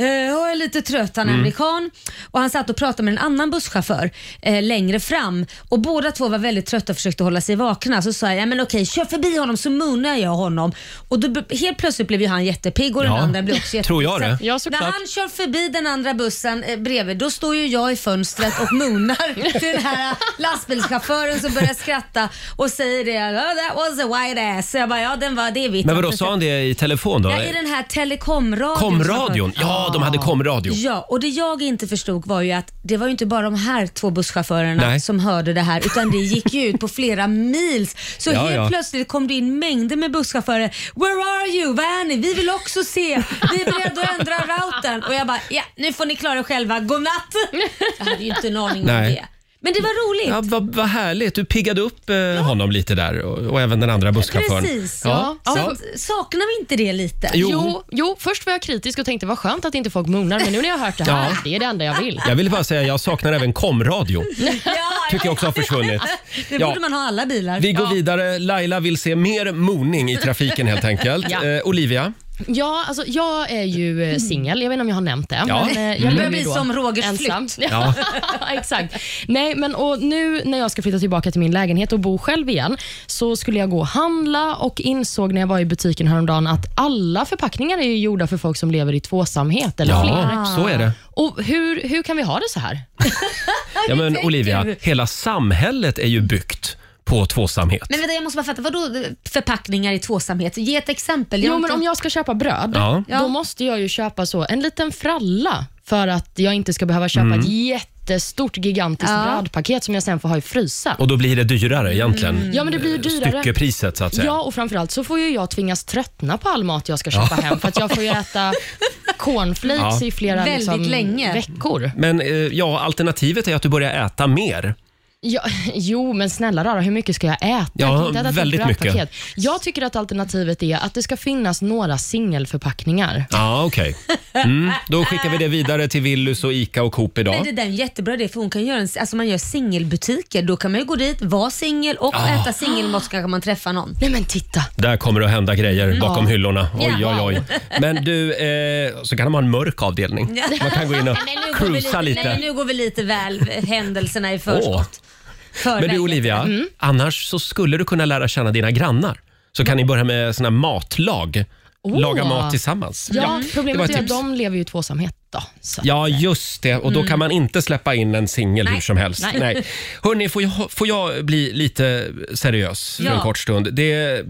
S2: Eh, Ja, jag är lite trött. Han är
S1: Mm.
S2: amerikan. Och han satt och pratade med en annan busschaufför eh, längre fram. Och Båda två var väldigt trötta och försökte hålla sig vakna. Så sa jag, ja, men okej, kör förbi honom så munnar jag honom. Och då, b- Helt plötsligt blev ju han jättepigg och den
S1: Ja,
S2: andra blev också jättepigg.
S1: tror jag
S2: Så
S1: det.
S2: att
S3: Ja, såklart.
S2: När han kör förbi den andra bussen eh, bredvid, då står ju jag i fönstret och moonar till den här lastbilschauffören som börjar skratta och säger det. Oh, that was a white ass. Så jag bara, ja den var det är vitt.
S1: Men vadå, sa han det i telefon då?
S2: Ja, i den här telekomradion.
S1: Komradion? Ja, de hade komradio.
S2: Ja, och det jag inte förstod var ju att det var ju inte bara de här två busschaufförerna
S1: Nej.
S2: som hörde det här utan det gick ju ut på flera mils. Så
S1: Ja,
S2: helt
S1: ja.
S2: plötsligt kom det in mängder med busschaufförer. Where are you? Var är ni? Vi vill också se. Vi är beredda att ändra routern. Och jag bara, ja nu får ni klara er själva. Godnatt! Jag hade ju inte en aning om
S1: Nej.
S2: det. Men det var roligt.
S1: Ja, vad, vad härligt. Du piggade upp eh, honom lite där och, och även den andra busschauffören.
S2: Precis.
S1: Ja.
S3: Ja.
S2: Så att, saknar vi inte det lite?
S1: Jo.
S3: Jo. Jo, först var jag kritisk och tänkte vad skönt att inte folk monar, men nu när jag har hört det här,
S1: Ja.
S3: det är det enda jag vill.
S1: Jag vill bara säga jag saknar även komradio.
S2: Ja,
S1: Tycker jag också har försvunnit.
S2: det
S1: Ja.
S2: borde man ha i alla bilar.
S1: Vi går vidare. Laila vill se mer moning i trafiken helt enkelt.
S3: Ja.
S1: Eh, Olivia,
S3: Ja, alltså, jag är ju eh, singel. Jag vet inte om jag har nämnt det.
S2: Mm. Ja.
S3: Men, eh, jag
S2: Mm.
S3: lever
S2: Börjar
S3: ju
S2: bli
S3: då
S2: som Rogers
S3: ensam.
S2: flytt.
S3: Ja. Exakt. Nej, men och nu när jag ska flytta tillbaka till min lägenhet och bo själv igen så skulle jag gå och handla och insåg när jag var i butiken häromdagen att alla förpackningar är ju gjorda för folk som lever i tvåsamhet eller
S1: Ja,
S3: fler.
S1: så är det.
S3: Och hur, hur kan vi ha det så här?
S1: Ja, men Olivia, hela samhället är ju byggt på tvåsamhet.
S2: Men vänta, jag måste bara fatta, vadå förpackningar i tvåsamhet? Ge ett exempel.
S3: Jo, men om jag ska köpa bröd,
S1: Ja.
S3: då måste jag ju köpa så en liten fralla för att jag inte ska behöva köpa
S1: Mm.
S3: ett jättestort, gigantiskt
S2: Ja.
S3: brödpaket som jag sen får ha i frysen.
S1: Och då blir det dyrare egentligen.
S3: Ja, men det blir ju dyrare.
S1: Styckepriset så att säga.
S3: Ja, och framförallt så får ju jag tvingas tröttna på all mat jag ska köpa
S1: Ja.
S3: hem för att jag får ju äta cornflakes
S1: Ja.
S3: i flera
S2: Väldigt
S3: liksom,
S2: länge.
S3: veckor.
S1: Men eh, ja, alternativet är att du börjar äta mer.
S3: Ja, jo, men snälla rara, hur mycket ska jag äta?
S1: Ja,
S3: Jag kan inte äta ett
S1: väldigt
S3: brödpaket.
S1: mycket.
S3: Jag tycker att alternativet är att det ska finnas några singelförpackningar.
S1: Ja, okej. Mm, då skickar vi det vidare till Willys och Ica och Coop
S2: Nej,
S1: idag.
S2: det där är en jättebra idé för hon kan göra en, alltså man gör singelbutiker. Då kan man ju gå dit, vara singel och
S1: Ah.
S2: äta singelmat så kanske man träffar någon.
S3: Nej men titta!
S1: Där kommer det att hända grejer bakom
S2: Ja.
S1: hyllorna. Oj, oj,
S2: Ja.
S1: oj. Men du, eh, så kan man ha en mörk avdelning. Man kan gå in och
S2: Nej, men nu går vi
S1: cruisa
S2: Nej, men
S1: lite.
S2: nu går vi lite väl händelserna i
S1: Åh.
S2: förskott. Förväg.
S1: Men du Olivia,
S3: Mm.
S1: annars så skulle du kunna lära känna dina grannar. Så kan ni börja med såna här matlag.
S3: Åh.
S1: Laga mat tillsammans.
S3: Ja,
S1: det var
S3: problemet
S1: ett
S3: är att
S1: tips.
S3: de lever ju i tvåsamhet då. Så.
S1: Ja, just det. Och då kan man inte släppa in en singel
S3: liksom. Mm.
S1: hur
S3: Nej.
S1: som helst.
S3: Nej.
S1: Nej. Hörni, får jag, får jag bli lite seriös för en
S3: Ja.
S1: kort stund? Det,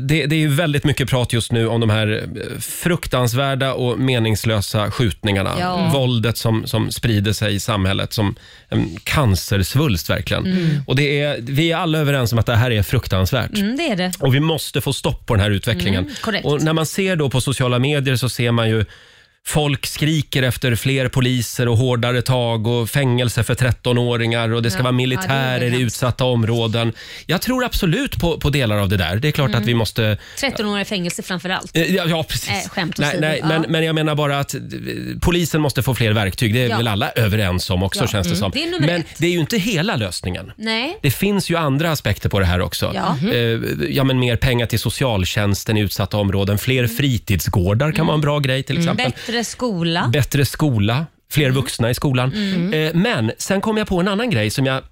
S1: det, det är ju väldigt mycket prat just nu om de här eh, fruktansvärda och meningslösa skjutningarna. Mm.
S4: Ja.
S1: Våldet som, som sprider sig i samhället som en cancersvulst verkligen.
S2: Mm.
S1: Och det är, vi är alla överens om att det här är fruktansvärt.
S2: Mm, det är det.
S1: Och vi måste få stopp på den här utvecklingen.
S2: Mm, korrekt.
S1: och när man ser då på sociala medier så ser man ju Folk skriker efter fler poliser och hårdare tag och fängelse för 13-åringar och det ska
S4: Ja,
S1: vara
S4: ja, det är
S1: militärer i
S2: hemskt.
S1: utsatta områden. Jag tror absolut på, på delar av det där. Det är klart
S2: Mm.
S1: att vi måste...
S2: 13 år i fängelse framför allt.
S1: Eh, Ja, ja precis.
S2: Nej, skämt
S1: nej,
S2: åsido.
S1: nej,
S2: Ja.
S1: men, men jag menar bara att eh, polisen måste få fler verktyg. Det är
S2: Ja.
S1: väl alla överens om också
S2: Ja.
S1: känns det
S2: Mm.
S1: som.
S2: Det är nummer
S1: men
S2: ett.
S1: det är ju inte hela lösningen.
S2: Nej.
S1: Det finns ju andra aspekter på det här också.
S2: Ja.
S1: Eh, ja, men mer pengar till socialtjänsten i utsatta områden. Fler
S2: Mm.
S1: fritidsgårdar kan vara en bra grej till exempel.
S2: Bättre skola.
S1: Bättre skola, fler vuxna i skolan.
S2: Mm.
S1: Eh, men sen kom jag på en annan grej som jag,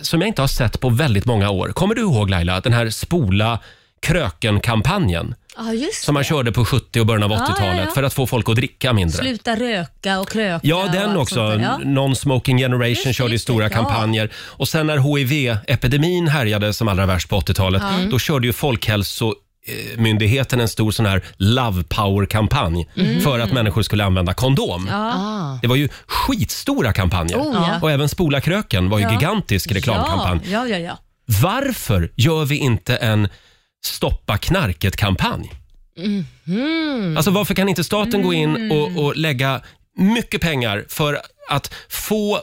S1: som jag inte har sett på väldigt många år. Kommer du ihåg Laila, den här spola kröken-kampanjen
S2: Ja, just
S1: som man
S2: det.
S1: körde på 70 och början av
S2: Ja,
S1: 80-talet
S2: ja, ja.
S1: för att få folk att dricka mindre?
S2: Sluta röka och kröka.
S1: Ja,
S2: och
S1: den
S2: allt
S1: också.
S2: sånt där. Ja.
S1: Non-smoking generation körde ju stora
S2: ja.
S1: kampanjer. Och sen när HIV-epidemin härjade som allra värst på 80-talet,
S4: Ja.
S1: då körde ju Folkhälsomyndigheten en stor sån här love power-kampanj
S4: Mm.
S1: för att människor skulle använda kondom.
S3: Ah.
S1: Det var ju skitstora kampanjer.
S2: Oh, ja.
S1: Och även Spola kröken var ju
S2: Ja.
S1: gigantisk reklamkampanj.
S2: Ja, ja, ja. ja.
S1: Varför gör vi inte en stoppa knarket-kampanj?
S3: Mhm.
S1: Alltså varför kan inte staten gå in och, och lägga mycket pengar för att få eh,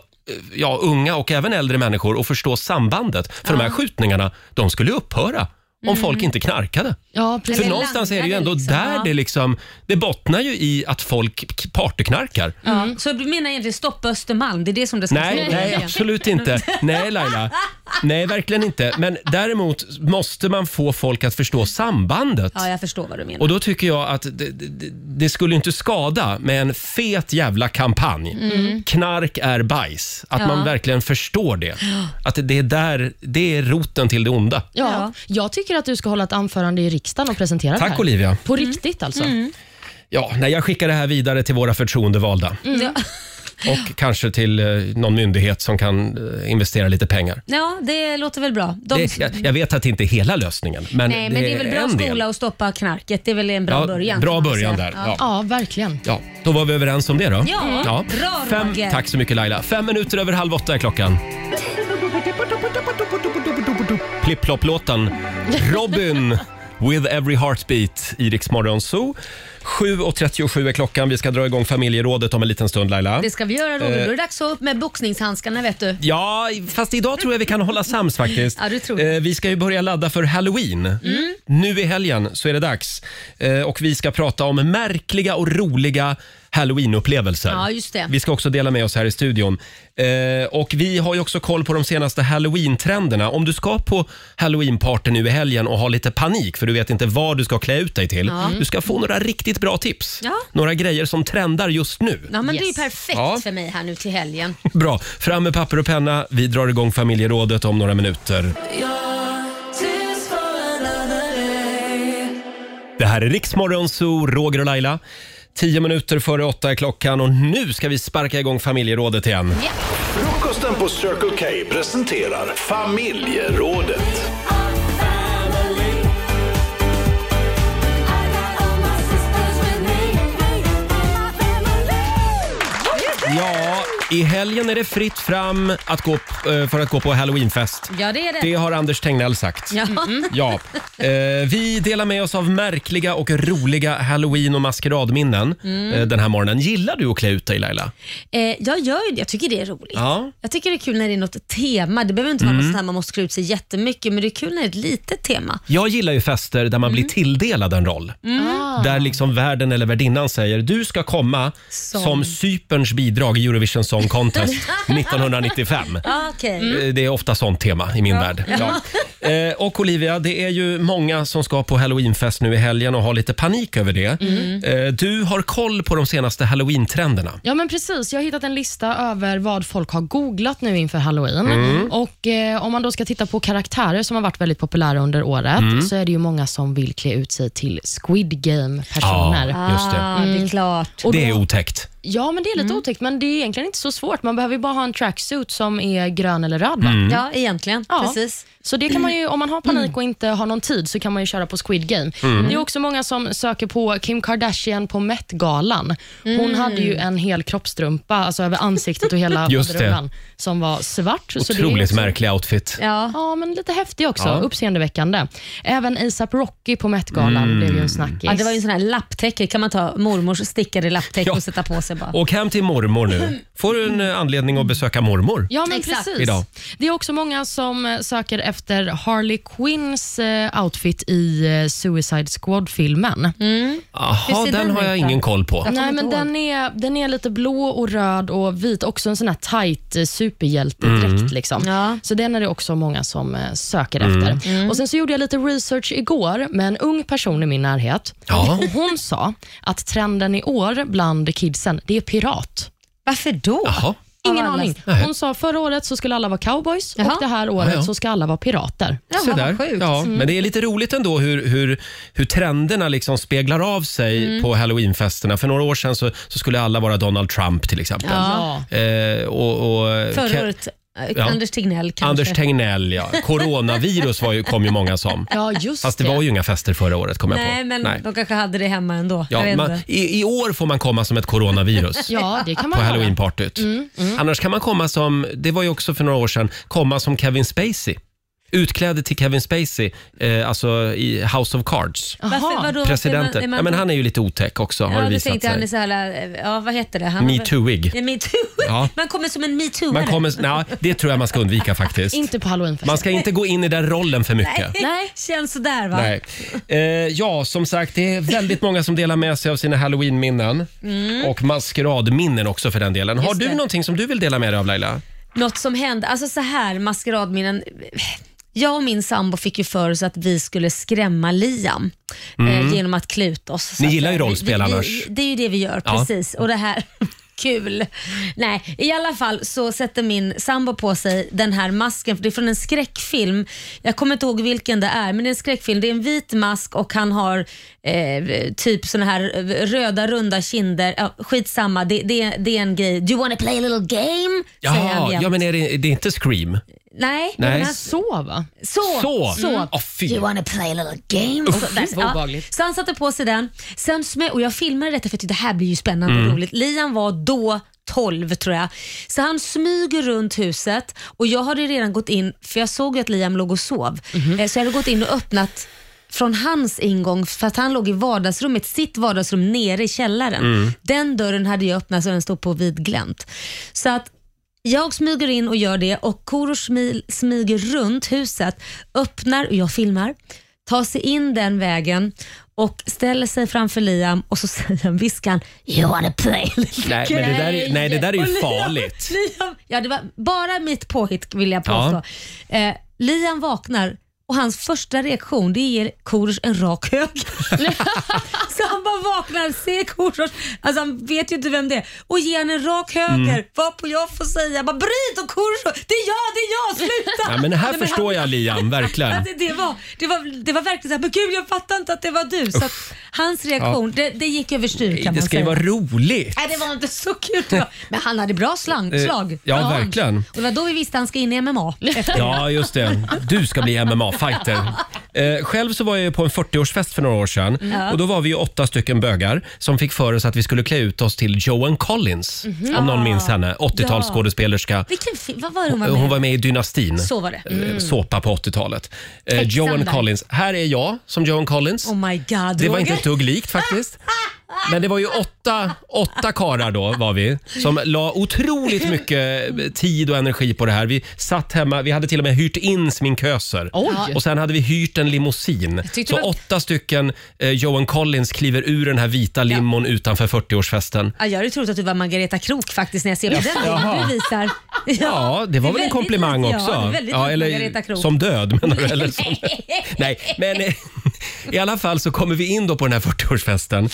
S1: ja, unga och även äldre människor att förstå sambandet? För de här skjutningarna, de skulle ju upphöra om
S3: Mm.
S1: folk inte knarkade.
S3: Ja, precis.
S1: För någonstans är det ju ändå där det liksom, det bottnar ju i att folk k- partyknarkar.
S2: Ja. Så du menar egentligen stoppa Östermalm? Det är det som det ska
S1: Nej,
S2: stå.
S1: nej, absolut inte. Nej, Laila. Nej, verkligen inte. Men däremot måste man få folk att förstå sambandet.
S2: Ja, jag förstår vad du menar.
S1: Och då tycker jag att det, det, det skulle ju inte skada med en fet jävla kampanj.
S2: Mm.
S1: Knark är bajs. Att
S3: Ja.
S1: man verkligen förstår det. Att det är där, det är roten till det onda.
S3: Ja, Jag tycker att du ska hålla ett anförande i riksdagen och presentera det
S1: Tack,
S3: här.
S1: Olivia.
S3: På riktigt alltså.
S2: Mm.
S1: Ja, nej, jag skickar det här vidare till våra förtroendevalda.
S2: Mm. Ja.
S1: Och kanske till eh, någon myndighet som kan eh, investera lite pengar.
S2: ja, det låter väl bra. De...
S1: Det, jag, jag vet att det inte är hela lösningen, men,
S2: nej, men det är väl bra
S1: en del.
S2: skola att stoppa knarket. Det är väl en bra
S1: Ja,
S2: början.
S1: bra
S2: kan man
S1: början
S2: säga.
S1: där, ja.
S3: verkligen.
S1: Ja, då var vi överens om det då.
S2: Ja, bra,
S1: Fem,
S2: Roger.
S1: Tack så mycket Laila. Fem minuter över halv åtta är klockan. Plipplopp-låten. Robin with every heartbeat i Rix Morgon Zoo. 7.37 är klockan. Vi ska dra igång familjerådet om en liten stund Laila.
S2: Det ska vi göra Roger.
S1: Eh,
S2: Då är det dags att upp med boxningshandskarna vet du.
S1: Ja, fast idag tror jag vi kan hålla sams faktiskt.
S2: Ja, du tror Mm.
S1: Eh, vi ska ju börja ladda för Halloween. Nu i helgen så är det dags. Eh, och vi ska prata om märkliga och roliga Halloween-upplevelser.
S2: Ja, just det.
S1: Vi ska också dela med oss här i studion. Eh, och vi har ju också koll på de senaste halloween-trenderna. Om du ska på halloween-party nu i helgen och har lite panik för du vet inte vad du ska klä ut dig till.
S2: Ja.
S1: Du ska få några riktigt bra tips.
S2: Ja.
S1: Några grejer som trendar just nu.
S2: Ja, men Det är ju perfekt
S1: Ja.
S2: för mig här nu till helgen.
S1: Bra, fram med papper och penna. Vi drar igång familjerådet om några minuter. Det här är Riksmorgon Zoo, Roger och Laila. Tio minuter före åtta är klockan och nu ska vi sparka igång familjerådet igen.
S4: Frukosten på Circle K presenterar familjerådet.
S1: Ja, i helgen är det fritt fram att gå, eh, för att gå på halloweenfest.
S2: Ja, det är det.
S1: Det har Anders Tegnell sagt.
S2: Ja.
S1: Ja, eh, vi delar med oss av märkliga och roliga halloween och maskeradminnen
S2: Mm.
S1: eh, den här morgonen. Gillar du att klä ut dig Laila?
S2: Eh, jag gör ju det. Jag tycker det är roligt.
S1: Ja.
S2: Jag tycker det är kul när det är något tema. Det behöver inte vara
S1: Mm.
S2: något sånt här man måste klä ut sig jättemycket, men det är kul när det är ett litet tema.
S1: Jag gillar ju fester där man blir tilldelad en roll. Där liksom värden eller värdinnan säger du ska komma som,
S2: Som-
S1: som Cyperns bidrag i Eurovision Song Contest 1995.
S2: Ja, Okej.
S1: Eh, Det är ofta sånt tema i min värld.
S2: Ja.
S1: Ja. Eh, och Olivia, det är ju många som ska på halloweenfest nu i helgen och har lite panik över det.
S3: Mm.
S1: Eh, du har koll på de senaste halloween-trenderna.
S3: Ja, men precis. Jag har hittat en lista över vad folk har googlat nu inför halloween.
S1: Mm.
S3: Och eh, Om man då ska titta på karaktärer som har varit väldigt populära under året,
S1: Mm.
S3: så är det ju många som vill klä ut sig till Squid Game-personer.
S1: Ja, just det. Ah, det är
S2: klart.
S1: Det är otäckt.
S3: Ja, men det är
S1: Mm.
S3: lite otäckt, men det är egentligen inte så svårt. Man behöver ju bara ha en tracksuit som är grön eller röd. Va?
S1: Mm.
S2: Ja, egentligen. Precis.
S3: Så det kan man ju, om man har panik och inte har någon tid så kan man ju köra på Squid Game.
S2: Mm.
S3: Det är också många som söker på Kim Kardashian på Met-galan. Hon
S2: Mm.
S3: hade ju en hel kroppstrumpa, alltså över ansiktet och hela
S1: Just det.
S3: faderullan, som var svart. Så det är
S1: Otroligt
S3: också-
S1: märklig outfit.
S2: Ja.
S3: men lite häftig också.
S1: Ja.
S3: Uppseendeväckande. Även ASAP Rocky på Met-galan
S1: Mm.
S3: blev ju en snackis.
S2: Ja, det var ju en sån här lapptäcke. Kan man ta mormors stickade lapptäcke och sätta på sig bara?
S1: Åk hem till mormor nu. Får du en eh, anledning att besöka mormor
S3: Ja, men
S2: Exakt.
S3: precis.
S1: idag?
S3: Det är också många som eh, söker efter Harley Quinns eh, outfit i eh, Suicide Squad-filmen.
S1: Jaha, den, har jag ingen koll på.
S3: Nej, men den är, den är lite blå och röd och vit. Också en sån här tight eh, superhjältedräkt.
S1: Mm.
S3: Liksom. Så den är det också många som eh, söker
S1: Mm.
S3: efter.
S1: Mm.
S3: Och Sen så gjorde jag lite research igår med en ung person i min närhet. Och Hon sa att trenden i år bland kidsen, det är pirat.
S2: Varför då?
S3: Ingen
S2: Av alla
S3: aning.
S2: ställen.
S3: Hon sa förra året så skulle alla vara cowboys
S2: Jaha.
S3: och det här
S1: Ja,
S3: året
S1: ja.
S3: så ska alla vara pirater.
S1: Se där. Ja,
S3: Mm.
S1: Men det är lite roligt ändå hur, hur, hur trenderna liksom speglar av sig
S3: Mm.
S1: på halloweenfesterna. För några år sedan så, så skulle alla vara Donald Trump till exempel.
S2: Ja.
S1: Eh, och, och,
S2: Förra
S1: Ke-
S2: året, eh,
S1: Ja.
S2: Anders Tegnell kanske.
S1: Anders Tegnell, ja. Coronavirus var ju, kom ju många som.
S2: Ja, just
S1: Fast det var ju inga fester förra året kom jag på.
S2: Nej, men de kanske hade det hemma ändå. jag
S1: Ja,
S2: vet
S1: man,
S2: inte.
S1: i, I år får man komma som ett coronavirus.
S3: Ja, det kan man
S1: på
S3: göra.
S1: halloweenpartyt.
S3: Mm, mm.
S1: Annars kan man komma som, det var ju också för några år sedan, komma som Kevin Spacey. Utklädd till Kevin Spacey, eh, alltså i House of Cards.
S2: Varför- vadå?
S1: Presidenten.
S2: Är man- är
S1: ja,
S2: man-
S1: men han är ju lite otäck också har det
S2: Ja, då
S1: visat
S2: tänkte jag han är
S1: sig.
S2: så här, eh, ja vad heter det? Han
S1: Metooig.
S2: Ja, metoo.
S1: Ja.
S2: Man kommer som en
S1: Man
S2: metooare.
S1: kommer, nej, det tror jag man ska undvika faktiskt.
S3: Inte på halloween
S1: Man ska inte gå in i den rollen för mycket.
S2: Nej, Nej, känns sådär va?
S1: Nej. Eh, ja, som sagt, det är väldigt många som delar med sig av sina halloween-minnen.
S2: Mm.
S1: Och maskeradminnen också för den delen. Har
S2: Just
S1: du
S2: det.
S1: någonting som du vill dela med dig av Laila?
S2: Något som hände, alltså så här maskeradminnen. Jag och min sambo fick ju för oss att vi skulle skrämma Liam
S1: Mm.
S2: eh, genom att klä ut oss. Så
S1: Ni
S2: att,
S1: gillar ju
S2: eh, vi-
S1: rollspel
S2: vi-
S1: annars.
S2: Det är ju det vi gör,
S1: Ja.
S2: precis. Och det här, kul. Nej, i alla fall så sätter min sambo på sig den här masken. För det är från en skräckfilm. Jag kommer inte ihåg vilken det är, men det är en skräckfilm. Det är en vit mask och han har eh, typ såna här eh, röda runda kinder. Ja, skitsamma, det, det, det är en grej. Do you wanna play a little game? säger han
S1: Jaha,
S2: jämt.
S1: ja men är det, det är inte Scream?
S2: Nej.
S1: Nej.
S2: men han-
S3: Så va?
S2: Så!
S1: Så.
S2: så.
S1: Mm. Åh, fy.
S2: you wanna play a little game?
S1: Uff,
S2: Och så, där,
S1: vad
S2: ja.
S1: obehagligt.
S2: så han satte på sig den. Sen smö, och jag filmade detta för att det här blir ju spännande
S1: Mm.
S2: och roligt. Liam var då 12 tror jag. Så han smyger runt huset och jag hade redan gått in, för jag såg ju att Liam låg och sov.
S1: Mhm.
S2: Eh, Så jag hade gått in och öppnat från hans ingång, för att han låg i vardagsrummet, sitt vardagsrum nere i källaren.
S9: Mm.
S2: Den dörren hade jag öppnat så den stod på vid glänt. Så att jag smyger in och gör det och Koro smil- smyger runt huset, öppnar och jag filmar, tar sig in den vägen och ställer sig framför Liam och så säger han, viskar han, “You wanna play little
S1: Nej, men det där är-
S2: gay?"
S1: nej, det där är ju
S2: Och Liam-
S1: farligt.
S2: Liam, ja, det var bara mitt påhitt vill jag påstå. Eh, Liam vaknar och hans första reaktion det ger Korosh en rak höger. så han bara vaknar, ser Korosh, alltså han vet ju inte vem det är, och ger han en rak höger.
S1: Mm.
S2: Varpå jag får säga, bara bryt och Korosh, det är jag, det är jag, sluta!
S1: Ja, men det här
S2: Nej,
S1: förstår jag Liam, verkligen.
S2: Att det, det, var, det, var, det var verkligen såhär, men gud jag fattar inte att det var du. Så att hans reaktion, det, det gick överstyr kan
S1: Det
S2: man
S1: ska ju
S2: säga.
S1: vara roligt.
S2: Nej, det var inte så kul. tror jag. Men han hade bra slang,
S1: Eh,
S2: slag.
S1: ja, verkligen.
S2: Och det var då vi visste att han ska in i MMA. efter det.
S1: Ja, just det. Du ska bli MMA-fighter. Eh, själv så var jag ju på en 40-årsfest för några år sedan.
S2: Mm. Ja.
S1: Och Då var vi ju åtta stycken bögar som fick för oss att vi skulle klä ut oss till Joan Collins.
S2: Mhm.
S1: Om någon minns henne.
S2: Ja.
S1: 80-talsskådespelerska.
S2: Vilken fi- vad var det hon var med
S1: Hon var med i Dynastin.
S2: Så var det.
S1: Eh,
S2: Mm.
S1: Såpa på 80-talet. Eh,
S2: Häxan
S1: Joan
S2: där.
S1: Collins. Här är jag som Joan Collins.
S2: Oh my god,
S1: Det var
S2: Roger.
S1: inte ett dugg likt faktiskt. Men det var ju åtta, åtta karar då var vi som la otroligt mycket tid och energi på det här. Vi satt hemma, vi hade till och med hyrt in sminköser.
S10: Oj.
S1: Och sen hade vi hyrt en limousin.
S10: tyckte
S1: Så
S10: det var-
S1: åtta stycken eh, Joan Collins kliver ur den här vita limon utanför 40-årsfesten.
S2: Ja, jag hade trott att du var Margareta Krok faktiskt när jag ser på den
S1: Jaha.
S2: bilden du visar. Ja,
S1: Ja, det var väl
S2: är
S1: en
S2: väldigt
S1: komplimang
S2: likt-
S1: också?
S2: Ja, det är väldigt
S1: ja,
S2: likt Margareta
S1: eller
S2: Krok.
S1: som död menar du? Eller som... Nej, men eh, i alla fall så kommer vi in då på den här 40-årsfesten.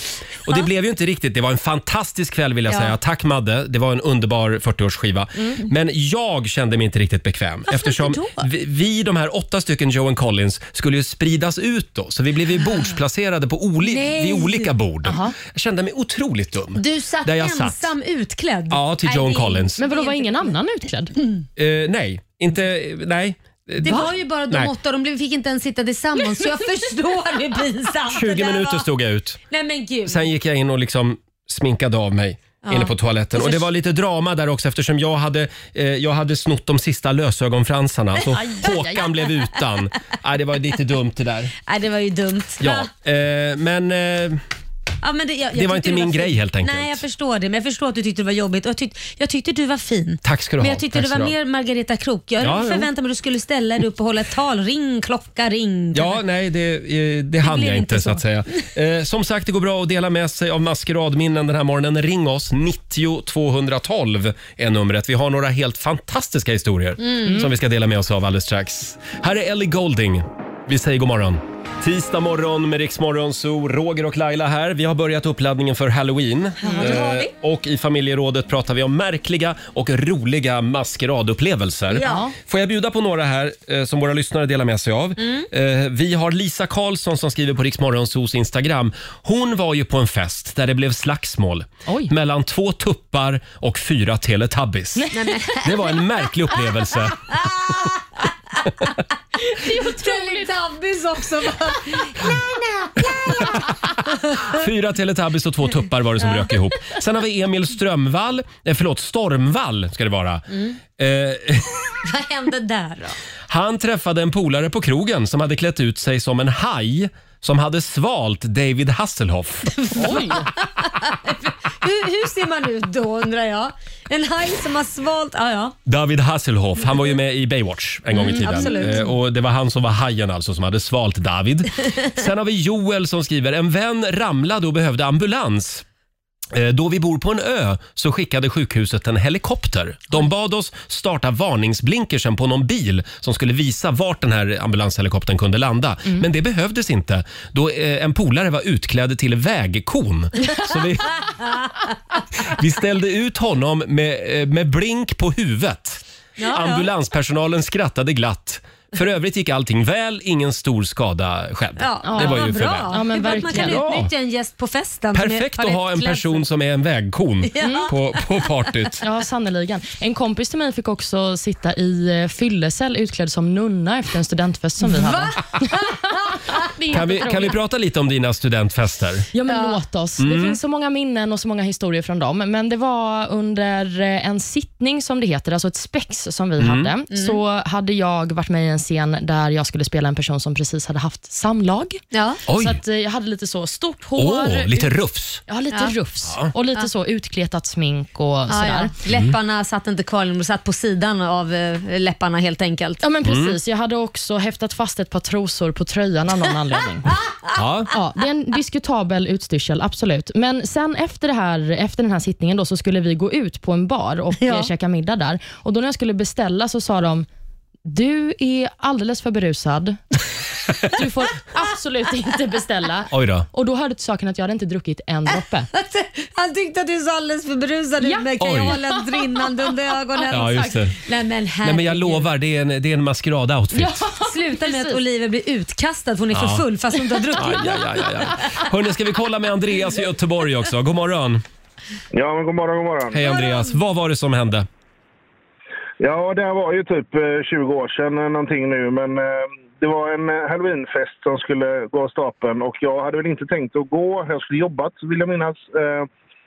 S1: Och det blev ju inte riktigt, det var en fantastisk kväll vill jag
S10: Ja.
S1: säga. Tack Madde, det var en underbar 40-årsskiva.
S10: Mm.
S1: Men jag kände mig inte riktigt bekväm. eftersom
S10: inte då?
S1: vi, vi, de här åtta stycken Joan Collins, skulle ju spridas ut då. Så vi blev ju bordsplacerade på oli-
S2: Ah. Nej.
S1: vid olika bord. Jag kände mig otroligt dum.
S2: Du satt
S1: Där jag
S2: ensam
S1: satt.
S2: utklädd.
S1: Ja, till
S2: Nej,
S1: Joan
S2: det är-
S1: Collins.
S2: Men vadå,
S3: var ingen annan utklädd?
S1: Eh, nej, inte... Nej.
S2: Det
S1: Va?
S2: var ju bara de
S1: Nej.
S2: åtta, de blev- fick inte ens sitta tillsammans så jag förstår hur pinsamt
S1: 20
S2: det där
S1: minuter
S2: var.
S1: stod jag ut.
S2: Nej men gud.
S1: Sen gick jag in och liksom sminkade av mig.
S2: Ja.
S1: Inne på toaletten.
S2: Och så-
S1: Och det var lite drama där också eftersom jag hade, eh, jag hade snott de sista lösögonfransarna. Så
S2: Aj, aj, aj.
S1: Håkan blev utan. Nej, det var lite dumt det där.
S2: Nej, det var ju dumt.
S1: Ja, eh, men eh,
S2: Ja, men det, jag, jag
S1: Det var
S2: tyckte
S1: inte
S2: du
S1: min grej,
S2: fin.
S1: helt enkelt.
S2: Nej, jag förstår det. Men jag förstår att du tyckte det var jobbigt. Och jag, tyckte, jag tyckte du var fin.
S1: tack ska du
S2: men
S1: ha.
S2: jag tyckte
S1: Tack
S2: du
S1: ska
S2: var
S1: ha.
S2: mer Margareta Krok. Jag
S1: Ja, jo.
S2: förväntade mig att du skulle ställa dig upp och hålla ett tal. Ring, klocka, ring.
S1: Ja, nej, det, eh, det hann
S2: blev
S1: jag inte
S2: inte
S1: så. att säga. Eh, som sagt, det går bra att dela med sig av maskeradminnen den här morgonen. Ring oss, 90 212 är numret. Vi har några helt fantastiska historier
S10: Mm.
S1: som vi ska dela med oss av alldeles strax. Här är Ellie Golding. Vi säger god morgon. Tisdag morgon med Riksmorgon, så Roger och Laila här. Vi har börjat uppladdningen för Halloween.
S10: det har vi.
S1: Eh, Och i familjerådet pratar vi om märkliga och roliga maskeradupplevelser.
S10: Ja.
S1: Får jag bjuda på några här eh, som våra lyssnare delar med sig av?
S10: Mm.
S1: Eh, vi har Lisa Karlsson som skriver på Riksmorgonsos Instagram. Hon var ju på en fest där det blev slagsmål mellan två tuppar och fyra teletubbies. Det var en märklig upplevelse.
S2: Det är otroligt. Tabbis också. va? Lena,
S1: Fyra Teletubbies och två tuppar var det som
S10: Ja.
S1: rök ihop. Sen har vi Emil Strömvall, eh, förlåt Stormvall ska det vara.
S2: Mm.
S1: Eh,
S2: Vad hände där då?
S1: han träffade en polare på krogen som hade klätt ut sig som en haj som hade svalt David Hasselhoff.
S2: Hur, hur ser man ut då undrar jag? En haj som har svalt... Ah, ja.
S1: David Hasselhoff, han var ju med i Baywatch en gång i
S2: Mm,
S1: tiden.
S2: absolut.
S1: Eh, och Det var han som var hajen alltså som hade svalt David. Sen har vi Joel som skriver, en vän ramlade och behövde ambulans. Eh, Då vi bor på en ö så skickade sjukhuset en helikopter. De bad oss starta varningsblinkersen på någon bil som skulle visa vart den här ambulanshelikoptern kunde landa.
S10: Mm.
S1: Men det behövdes inte då eh, en polare var utklädd till vägkon. Så vi, vi ställde ut honom med, eh, med blink på huvudet.
S10: Ja, ja.
S1: Ambulanspersonalen skrattade glatt. För övrigt gick allting väl, ingen stor skada skedde. det var ju för väl.
S2: bra. det är bara att man kan
S1: Ja.
S2: utnyttja en gäst på festen. som är-
S1: Perfekt
S2: har
S1: att
S2: rätt
S1: ha en
S2: klädsel.
S1: person som är en vägkon
S2: Ja.
S1: på, på partyt.
S3: Ja, sannerligen. En kompis till mig fick också sitta i eh, fyllecell utklädd som nunna efter en studentfest som vi
S10: Va?
S3: hade. Det är
S1: Kan
S3: inte
S1: vi,
S3: troligt.
S1: kan vi prata lite om dina studentfester?
S3: Ja, men låt oss.
S1: Mm.
S3: Det finns så många minnen och så många historier från dem. Men det var under eh, en sittning, som det heter, alltså ett spex som vi
S10: Mm.
S3: hade,
S10: Mm.
S3: så hade jag varit med i en scen där jag skulle spela en person som precis hade haft samlag.
S1: Oj.
S3: Så att eh, jag hade lite så stort hår.
S1: Åh, lite
S3: ut-
S1: rufs.
S3: Ja, lite
S2: Ja.
S3: rufs.
S1: Ja.
S3: Och lite
S2: Ja.
S3: så utkletat smink och
S2: Ja,
S3: sådär.
S2: ja. Läpparna
S1: Mm.
S2: satt inte kvar, de satt på sidan av eh, läpparna helt enkelt.
S3: Ja men
S1: Mm.
S3: precis, jag hade också häftat fast ett par trosor på tröjan av någon anledning.
S1: Ja.
S3: Ja, det är en diskutabel utstyrsel, absolut. Men sen efter, det här, efter den här sittningen då, så skulle vi gå ut på en bar och
S2: Ja.
S3: eh, käka middag där. Och då när jag skulle beställa så sa de, du är alldeles för berusad. Du får absolut inte beställa.
S1: Oj då.
S3: Och då hörde till saken att jag hade inte druckit en droppe.
S2: Han tyckte att du såg alldeles för berusad ut
S3: Ja.
S2: med kajolen brinnande under ögonen.
S1: Ja, just det.
S2: Nej men herregud.
S1: Nej, men jag lovar, det är en, det är en maskerad-outfit.
S2: Sluta med att
S3: Precis.
S2: Oliver blir utkastad för hon är för full fast hon inte har druckit.
S1: Aj, aj, aj, aj, aj. Hörni, ska vi kolla med Andreas i Göteborg också? God morgon.
S8: Ja, men god morgon, god morgon.
S1: Hej Andreas, vad var det som hände?
S8: Ja, det här var ju typ eh, 20 år sedan eh, någonting nu, men eh, det var en eh, halloweenfest som skulle gå av stapeln och jag hade väl inte tänkt att gå. Jag skulle jobbat, vill jag minnas. eh,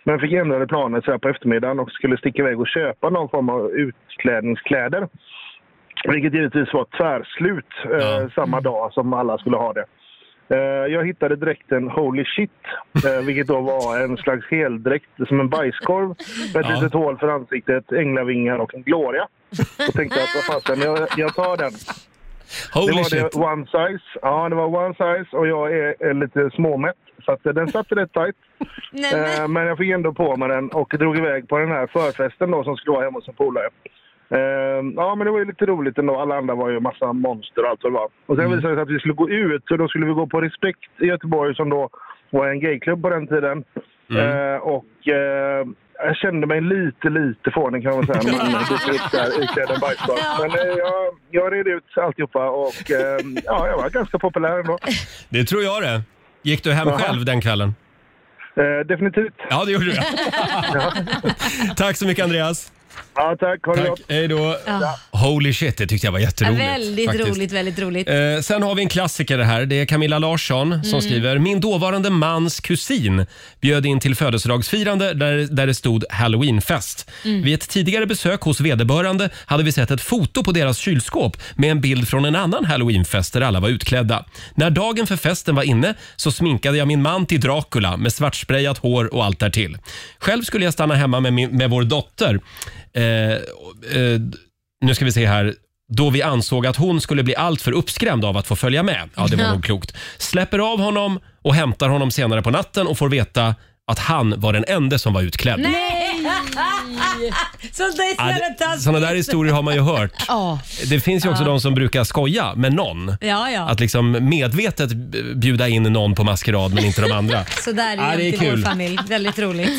S8: Men fick ändrade planer så här på eftermiddagen och skulle sticka iväg och köpa någon form av utklädningskläder. Vilket givetvis var tvärslut eh,
S1: Ja. Mm.
S8: samma dag som alla skulle ha det. Eh, jag hittade dräkten Holy Shit, eh, vilket då var en slags heldräkt som en bajskorv med ett
S1: Ja.
S8: litet hål för ansiktet, änglavingar och en gloria. Och tänkte att vad fasen, jag, jag tar den. Det
S1: Holy
S8: var
S1: shit.
S8: det one size. Ja, det var one size och jag är, är lite småmätt. Så att eh, den satt rätt tajt.
S2: Nej, men,
S8: Eh, men jag fick ändå på mig den och drog iväg på den här förfesten då som skulle vara hemma hos en polare. Eh, ja, men det var ju lite roligt ändå. Alla andra var ju en massa monster och allt vad det var. Och sen visade det sig att vi skulle gå ut, så då skulle vi gå på Respekt i Göteborg som då var en gayklubb på den tiden. Eh, och eh, jag kände mig lite, lite fånig kan man säga när alla gick upp där iklädd en bajskorv. Men eh, jag, jag red ut alltihopa och eh, ja, jag var ganska populär ändå.
S1: Det tror jag det. Gick du hem
S8: Jaha.
S1: själv den kvällen?
S8: Eh, definitivt.
S1: Ja, det gjorde du. Tack så mycket Andreas.
S8: Ja, tack. Ha det
S1: Tack.
S8: gott.
S1: Hej då. Holy shit, det tyckte jag var jätteroligt.
S2: väldigt
S1: faktiskt.
S2: roligt, väldigt roligt.
S1: Eh, sen har vi en klassiker det här. Det är Camilla Larsson som skriver. Min dåvarande mans kusin bjöd in till födelsedagsfirande där, där det stod halloweenfest. Vid ett tidigare besök hos vederbörande hade vi sett ett foto på deras kylskåp med en bild från en annan halloweenfest där alla var utklädda. När dagen för festen var inne så sminkade jag min man till Dracula med svartsprayat hår och allt därtill. Själv skulle jag stanna hemma med, min, med vår dotter. Eh, och, eh, nu ska vi se här. Då vi ansåg att hon skulle bli alltför uppskrämd av att få följa med. Ja, det var nog klokt. Släpper av honom och hämtar honom senare på natten och får veta att han var den enda som var utklädd.
S2: Nej! Sånt där är så
S1: Ja,
S2: jävla
S1: det,
S2: taskigt.
S1: såna där historier har man ju hört.
S3: Ja.
S1: Det finns ju också de som brukar skoja med någon.
S2: Ja, ja.
S1: Att liksom medvetet bjuda in någon på maskerad men inte de andra.
S2: Så där
S1: Ja, det
S2: är det
S1: är
S2: inte i vår
S1: kul.
S2: familj. Väldigt roligt.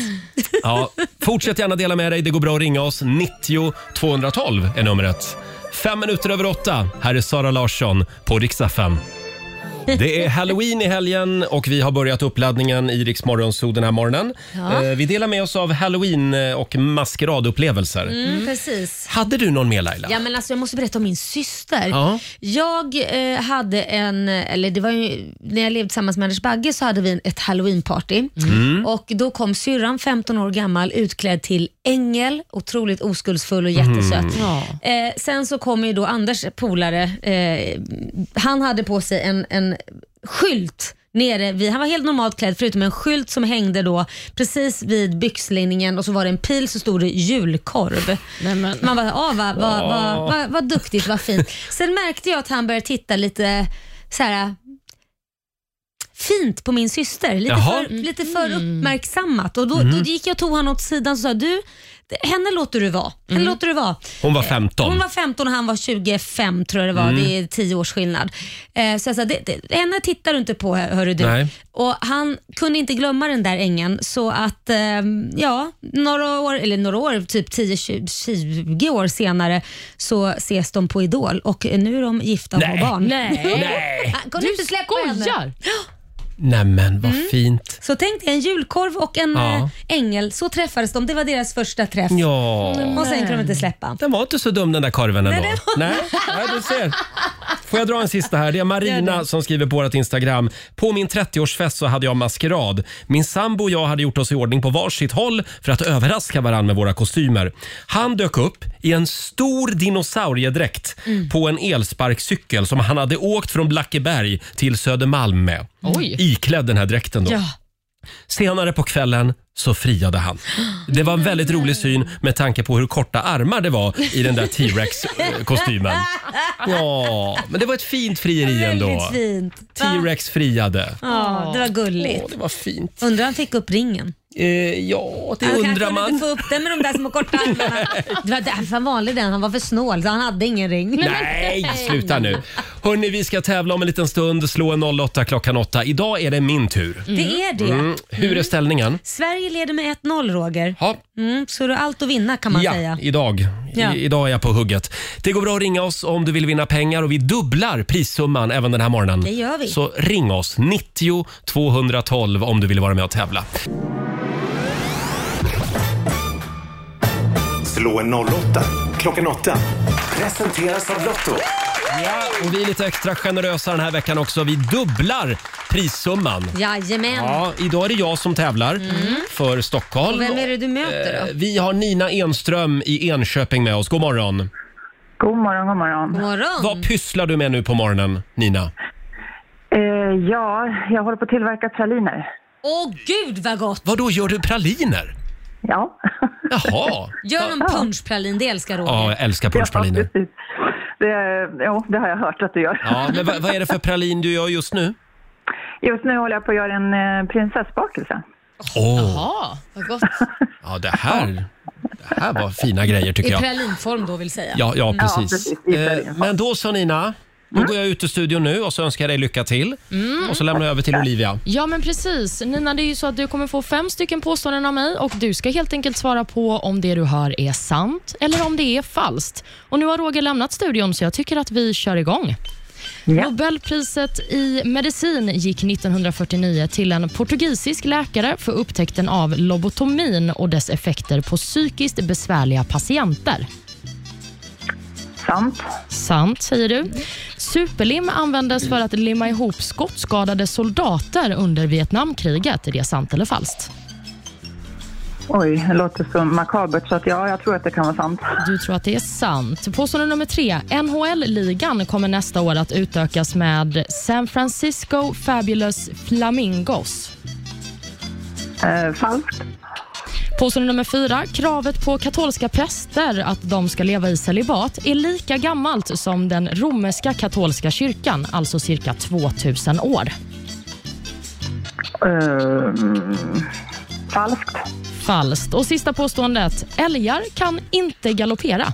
S1: Ja, fortsätt gärna dela med dig. Det går bra att ringa oss. 90 212 är numret. Fem minuter över åtta. Här är Sara Larsson på riksdag 5. Det är halloween i helgen och vi har börjat uppladdningen i Rix Morgonzoo den här morgonen. Eh, Vi delar med oss av halloween eh, och maskeradupplevelser.
S2: Mm, precis.
S1: Hade du någon mer Laila?
S2: Ja, men alltså, jag måste berätta om min syster.
S1: Ja.
S2: Jag eh, hade en, eller det var ju, när jag levde tillsammans med Anders Bagge så hade vi en- ett halloweenparty. Och då kom syrran, 15 år gammal, utklädd till ängel. Otroligt oskuldsfull och jättesöt.
S3: Ja.
S2: Eh, sen så kommer ju då Anders polare, eh, han hade på sig en, en skylt nere vid, han var helt normalt klädd förutom en skylt som hängde då precis vid byxlinningen och så var det en pil så stod det julkorv.
S3: Nej, men-
S2: Man bara, ah, vad vad vad vad- vad duktigt, vad fint. Sen märkte jag att han började titta lite så här fint på min syster. Lite,
S1: Jaha.
S2: för,
S3: Mm.
S2: lite för uppmärksammat. Och då, då gick jag och tog honom åt sidan och sa, du, henne låter du vara. Henne
S3: Mm.
S2: låter du vara.
S1: Hon var 15.
S2: eh, Hon var 15 och han var 25 tror jag det var.
S1: Mm.
S2: Det är 10 års skillnad. Eh, så jag sa, det, det, henne tittar du inte på hör- hörru du.
S1: Nej.
S2: Och han kunde inte glömma den där ängen så att ehm, ja, några år, eller några år, typ 10-20 år senare så ses de på Idol och nu är de gifta och har
S1: Nej.
S2: barn.
S1: Nej.
S2: Han kunde
S3: Du
S2: inte släppa henne.
S3: skojar!
S1: Nämen,
S2: Mm.
S1: vad fint.
S2: Så tänk dig en julkorv och en
S1: Ja.
S2: eh, ängel. Så träffades de. Det var deras första träff.
S1: Ja.
S2: Mm, Och sen kunde de inte släppa.
S1: Den var inte så dum den där korven ändå.
S2: det
S1: Nej, Nej du ser. Får jag dra en sista här? Det är
S11: Gör
S1: Marina
S11: det.
S1: som skriver på vårt Instagram. På min 30-årsfest så hade jag maskerad. Min sambo och jag hade gjort oss i ordning på varsitt håll för att överraska varandra med våra kostymer. Han dök upp i en stor dinosauriedräkt på en elsparkcykel som han hade åkt från Blackeberg till Södermalm med.
S3: Oj.
S1: Iklädd den här dräkten då.
S11: Ja.
S1: Senare på kvällen så friade han. Det var en väldigt rolig syn med tanke på hur korta armar det var i den där T-Rex-kostymen. Ja, men det var ett fint frieri ändå.
S11: Väldigt fint. Va?
S1: T-Rex friade.
S11: Ja, det var gulligt.
S1: Åh, det var fint.
S11: Undrar om han fick upp ringen? Alltså,
S1: Eh, ja, det
S11: han
S1: undrar
S11: kunde inte
S1: man.
S11: få upp den med de där små korta armarna. Det var därför han valde den. Han var för snål så han hade ingen ring.
S1: Nej, sluta nu. Hörni, vi ska tävla om en liten stund. Slå en 08 klockan 8. Idag är det min tur.
S11: Det är det.
S1: Mm. Hur är ställningen?
S11: Sverige leder med 1-0 Roger.
S1: Ja.
S11: Mm, så du har allt att vinna kan man
S1: ja,
S11: säga.
S1: idag.
S11: Ja.
S1: I, idag är jag på hugget. Det går bra att ringa oss om du vill vinna pengar och vi dubblar prissumman även den här morgonen.
S11: Det gör vi.
S1: Så ring oss, 90 212 om du vill vara med och tävla.
S4: Slå en 08 klockan 8. Presenteras av Lotto.
S1: Ja, och vi är lite extra generösa den här veckan också. Vi dubblar prissumman.
S11: Jajamän.
S1: Ja, idag är det jag som tävlar för Stockholm.
S11: Mm. Och vem är det du möter då?
S1: Eh, Vi har Nina Enström i Enköping med oss. God morgon.
S5: God morgon, god morgon.
S11: God morgon.
S1: Vad pysslar du med nu på morgonen, Nina?
S5: Eh, ja, jag håller på att tillverka praliner.
S11: Åh gud vad gott!
S1: Vad då gör du praliner?
S5: Ja.
S1: Jaha.
S11: Gör en punschpralin, det älskar Roger.
S1: Ja, jag älskar punschpraliner.
S5: Ja, precis. Det, jo, det har jag hört att du gör.
S1: Ja, men vad, vad är det för pralin du gör just nu?
S5: Just nu håller jag på att göra en eh, prinsessbakelse.
S1: Åh,
S3: Ja, vad gott.
S1: ja det här, det här var fina grejer tycker
S11: I
S1: jag.
S11: pralinform då vill säga.
S1: Ja, ja precis.
S5: precis, i pralin.
S1: Eh, Men då så Nina, då går jag ut ur studion nu och så önskar jag dig lycka till. Och så lämnar jag över till Olivia.
S3: Ja, men precis. Nina, det är ju så att du kommer få fem stycken påståenden av mig och du ska helt enkelt svara på om det du hör är sant eller om det är falskt. Och Nu har Roger lämnat studion, så jag tycker att vi kör igång. Nobelpriset i medicin gick 1949 till en portugisisk läkare för upptäckten av lobotomin och dess effekter på psykiskt besvärliga patienter.
S5: Sant.
S3: Sant, säger du. Superlim användes för att limma ihop skottskadade soldater under Vietnamkriget. Är det sant eller falskt?
S5: Oj, det låter så makabert så att ja, jag tror att det kan vara sant.
S3: Du tror att det är sant. Påstående nummer tre. NHL-ligan kommer nästa år att utökas med San Francisco Fabulous Flamingos.
S5: Eh, falskt.
S3: Påstående nummer fyra. Kravet på katolska präster att de ska leva i celibat är lika gammalt som den romerska katolska kyrkan, alltså cirka 2000 år.
S5: Eh, falskt.
S3: Falskt. Och sista påståendet. Älgar kan inte galoppera.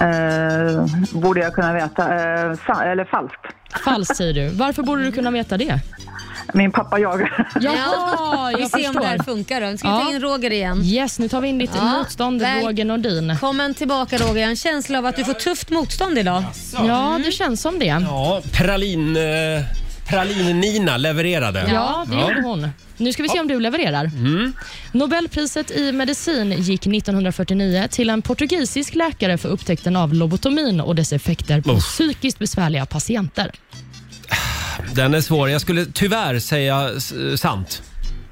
S5: Eh, borde jag kunna veta. Eh, sa- eller falskt.
S3: Falskt säger du. Varför borde du kunna veta det?
S5: Min pappa jagar.
S3: Ja,
S11: Vi
S3: jag
S11: ser om det här
S3: förstår.
S11: funkar då. Nu ska vi
S3: Ja.
S11: ta in Roger igen.
S3: Yes, nu tar vi in ditt
S11: Ja,
S3: motstånd,
S11: väl-
S3: Roger Nordin.
S11: Kommen tillbaka Roger, jag har en känsla av att du får tufft motstånd idag.
S1: Mm.
S3: Ja, det känns som det. Ja,
S1: Ja, pralin... eh, Pralin-Nina levererade.
S3: det gjorde hon. Nu ska vi se om du levererar.
S1: Mm.
S3: Nobelpriset i medicin gick 1949 till en portugisisk läkare för upptäckten av lobotomin och dess effekter på
S1: Uff.
S3: psykiskt besvärliga patienter.
S1: Den är svår. Jag skulle tyvärr säga s- sant.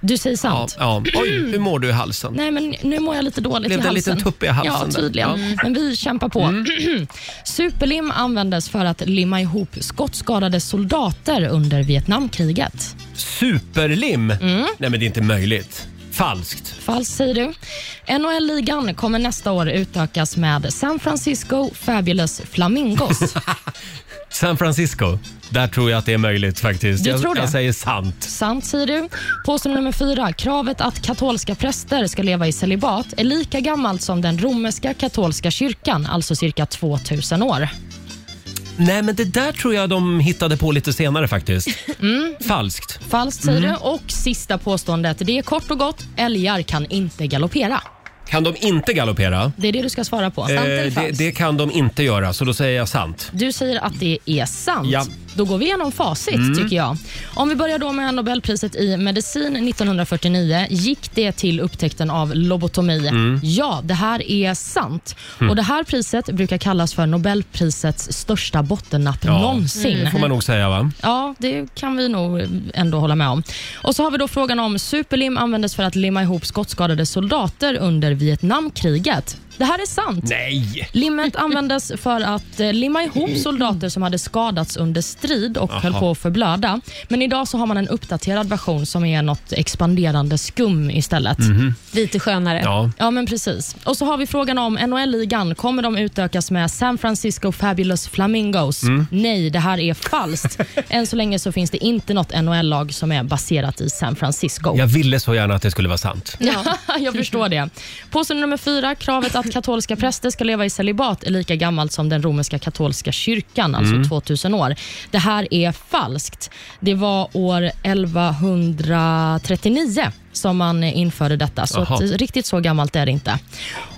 S3: Du säger
S1: Ja,
S3: sant.
S1: ja. Oj, hur mår du i halsen?
S3: Nej, men nu mår jag lite dåligt
S1: Blev
S3: i
S1: det en
S3: halsen.
S1: liten tupp i halsen
S3: Ja,
S1: där? Mm.
S3: tydligen.
S1: Ja.
S3: Men vi kämpar på. Superlim användes för att limma ihop skottskadade soldater under Vietnamkriget.
S1: Superlim? Nej, men det är inte möjligt. Falskt.
S3: Falskt säger du. NHL-ligan kommer nästa år utökas med San Francisco Fabulous Flamingos.
S1: San Francisco. Där tror jag att det är möjligt faktiskt.
S3: Du
S1: jag,
S3: tror det?
S1: jag säger sant.
S3: Sant säger du. Påstående nummer fyra. Kravet att katolska präster ska leva i celibat är lika gammalt som den romerska katolska kyrkan, alltså cirka 2000 år.
S1: Nej, men det där tror jag de hittade på lite senare faktiskt.
S3: Mm.
S1: Falskt.
S3: Falskt säger du. Och sista påståendet. Det är kort och gott. Älgar kan inte galoppera.
S1: Kan de inte galoppera?
S3: Det är det du ska svara på.
S1: Eh, det, det kan de inte göra, så då säger jag sant.
S3: Du säger att det är sant.
S1: Ja.
S3: Då går vi igenom facit
S12: Mm.
S3: tycker jag. Om vi börjar då med Nobelpriset i medicin 1949 gick det till upptäckten av lobotomi.
S12: Mm.
S3: Ja, det här är sant.
S1: Mm.
S3: Och Det här priset brukar kallas för Nobelprisets största bottennapp någonsin.
S1: det får man nog säga va?
S3: Ja, det kan vi nog ändå hålla med om. Och så har vi då frågan om superlim användes för att limma ihop skottskadade soldater under Vietnamkriget. Det här är sant.
S1: Nej!
S3: Limmet användes för att eh, limma ihop soldater som hade skadats under strid och
S12: Aha.
S3: höll på att förblöda. Men idag så har man en uppdaterad version som är något expanderande skum istället.
S12: Mhm.
S3: Lite skönare.
S12: Ja.
S3: ja, men precis. Och så har vi frågan om NHL-ligan. Kommer de utökas med San Francisco Fabulous Flamingos?
S12: Mm.
S3: Nej, det här är falskt. Än så länge så finns det inte något NHL-lag som är baserat i San Francisco.
S1: Jag ville så gärna att det skulle vara sant.
S3: Ja, jag förstår det. Påstående nummer fyra, kravet att katolska präster ska leva i celibat är lika gammalt som den romerska katolska kyrkan, alltså
S12: Mm.
S3: 2000 år. Det här är falskt. Det var år 1139 som man införde detta, så
S12: Aha.
S3: att, riktigt så gammalt är det inte.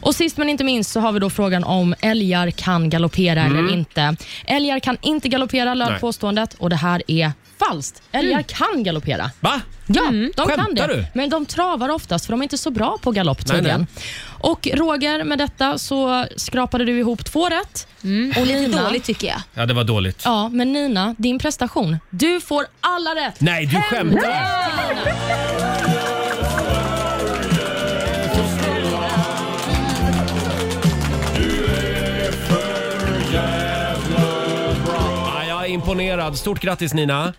S3: Och Sist men inte minst så har vi då frågan om älgar kan galoppera eller
S12: Mm.
S3: inte. Älgar kan inte galoppera, löd
S12: Nej.
S3: påståendet, och det här är falskt. Älgar
S12: Mm.
S3: kan galoppera.
S1: Va?
S3: Ja,
S1: Mm.
S3: de kan
S12: Skämtar
S3: det.
S12: du?
S3: Men de travar oftast för de är inte så bra på galopp
S12: Nej,
S3: tydligen. Och Roger, med detta så skrapade du ihop två rätt.
S1: Mm.
S3: Och
S2: Lite dåligt tycker jag.
S1: Ja, det var dåligt.
S3: Ja, men Nina, din prestation. Du får alla rätt.
S1: Nej, du skämtar! Ja, jag är imponerad. Stort grattis Nina!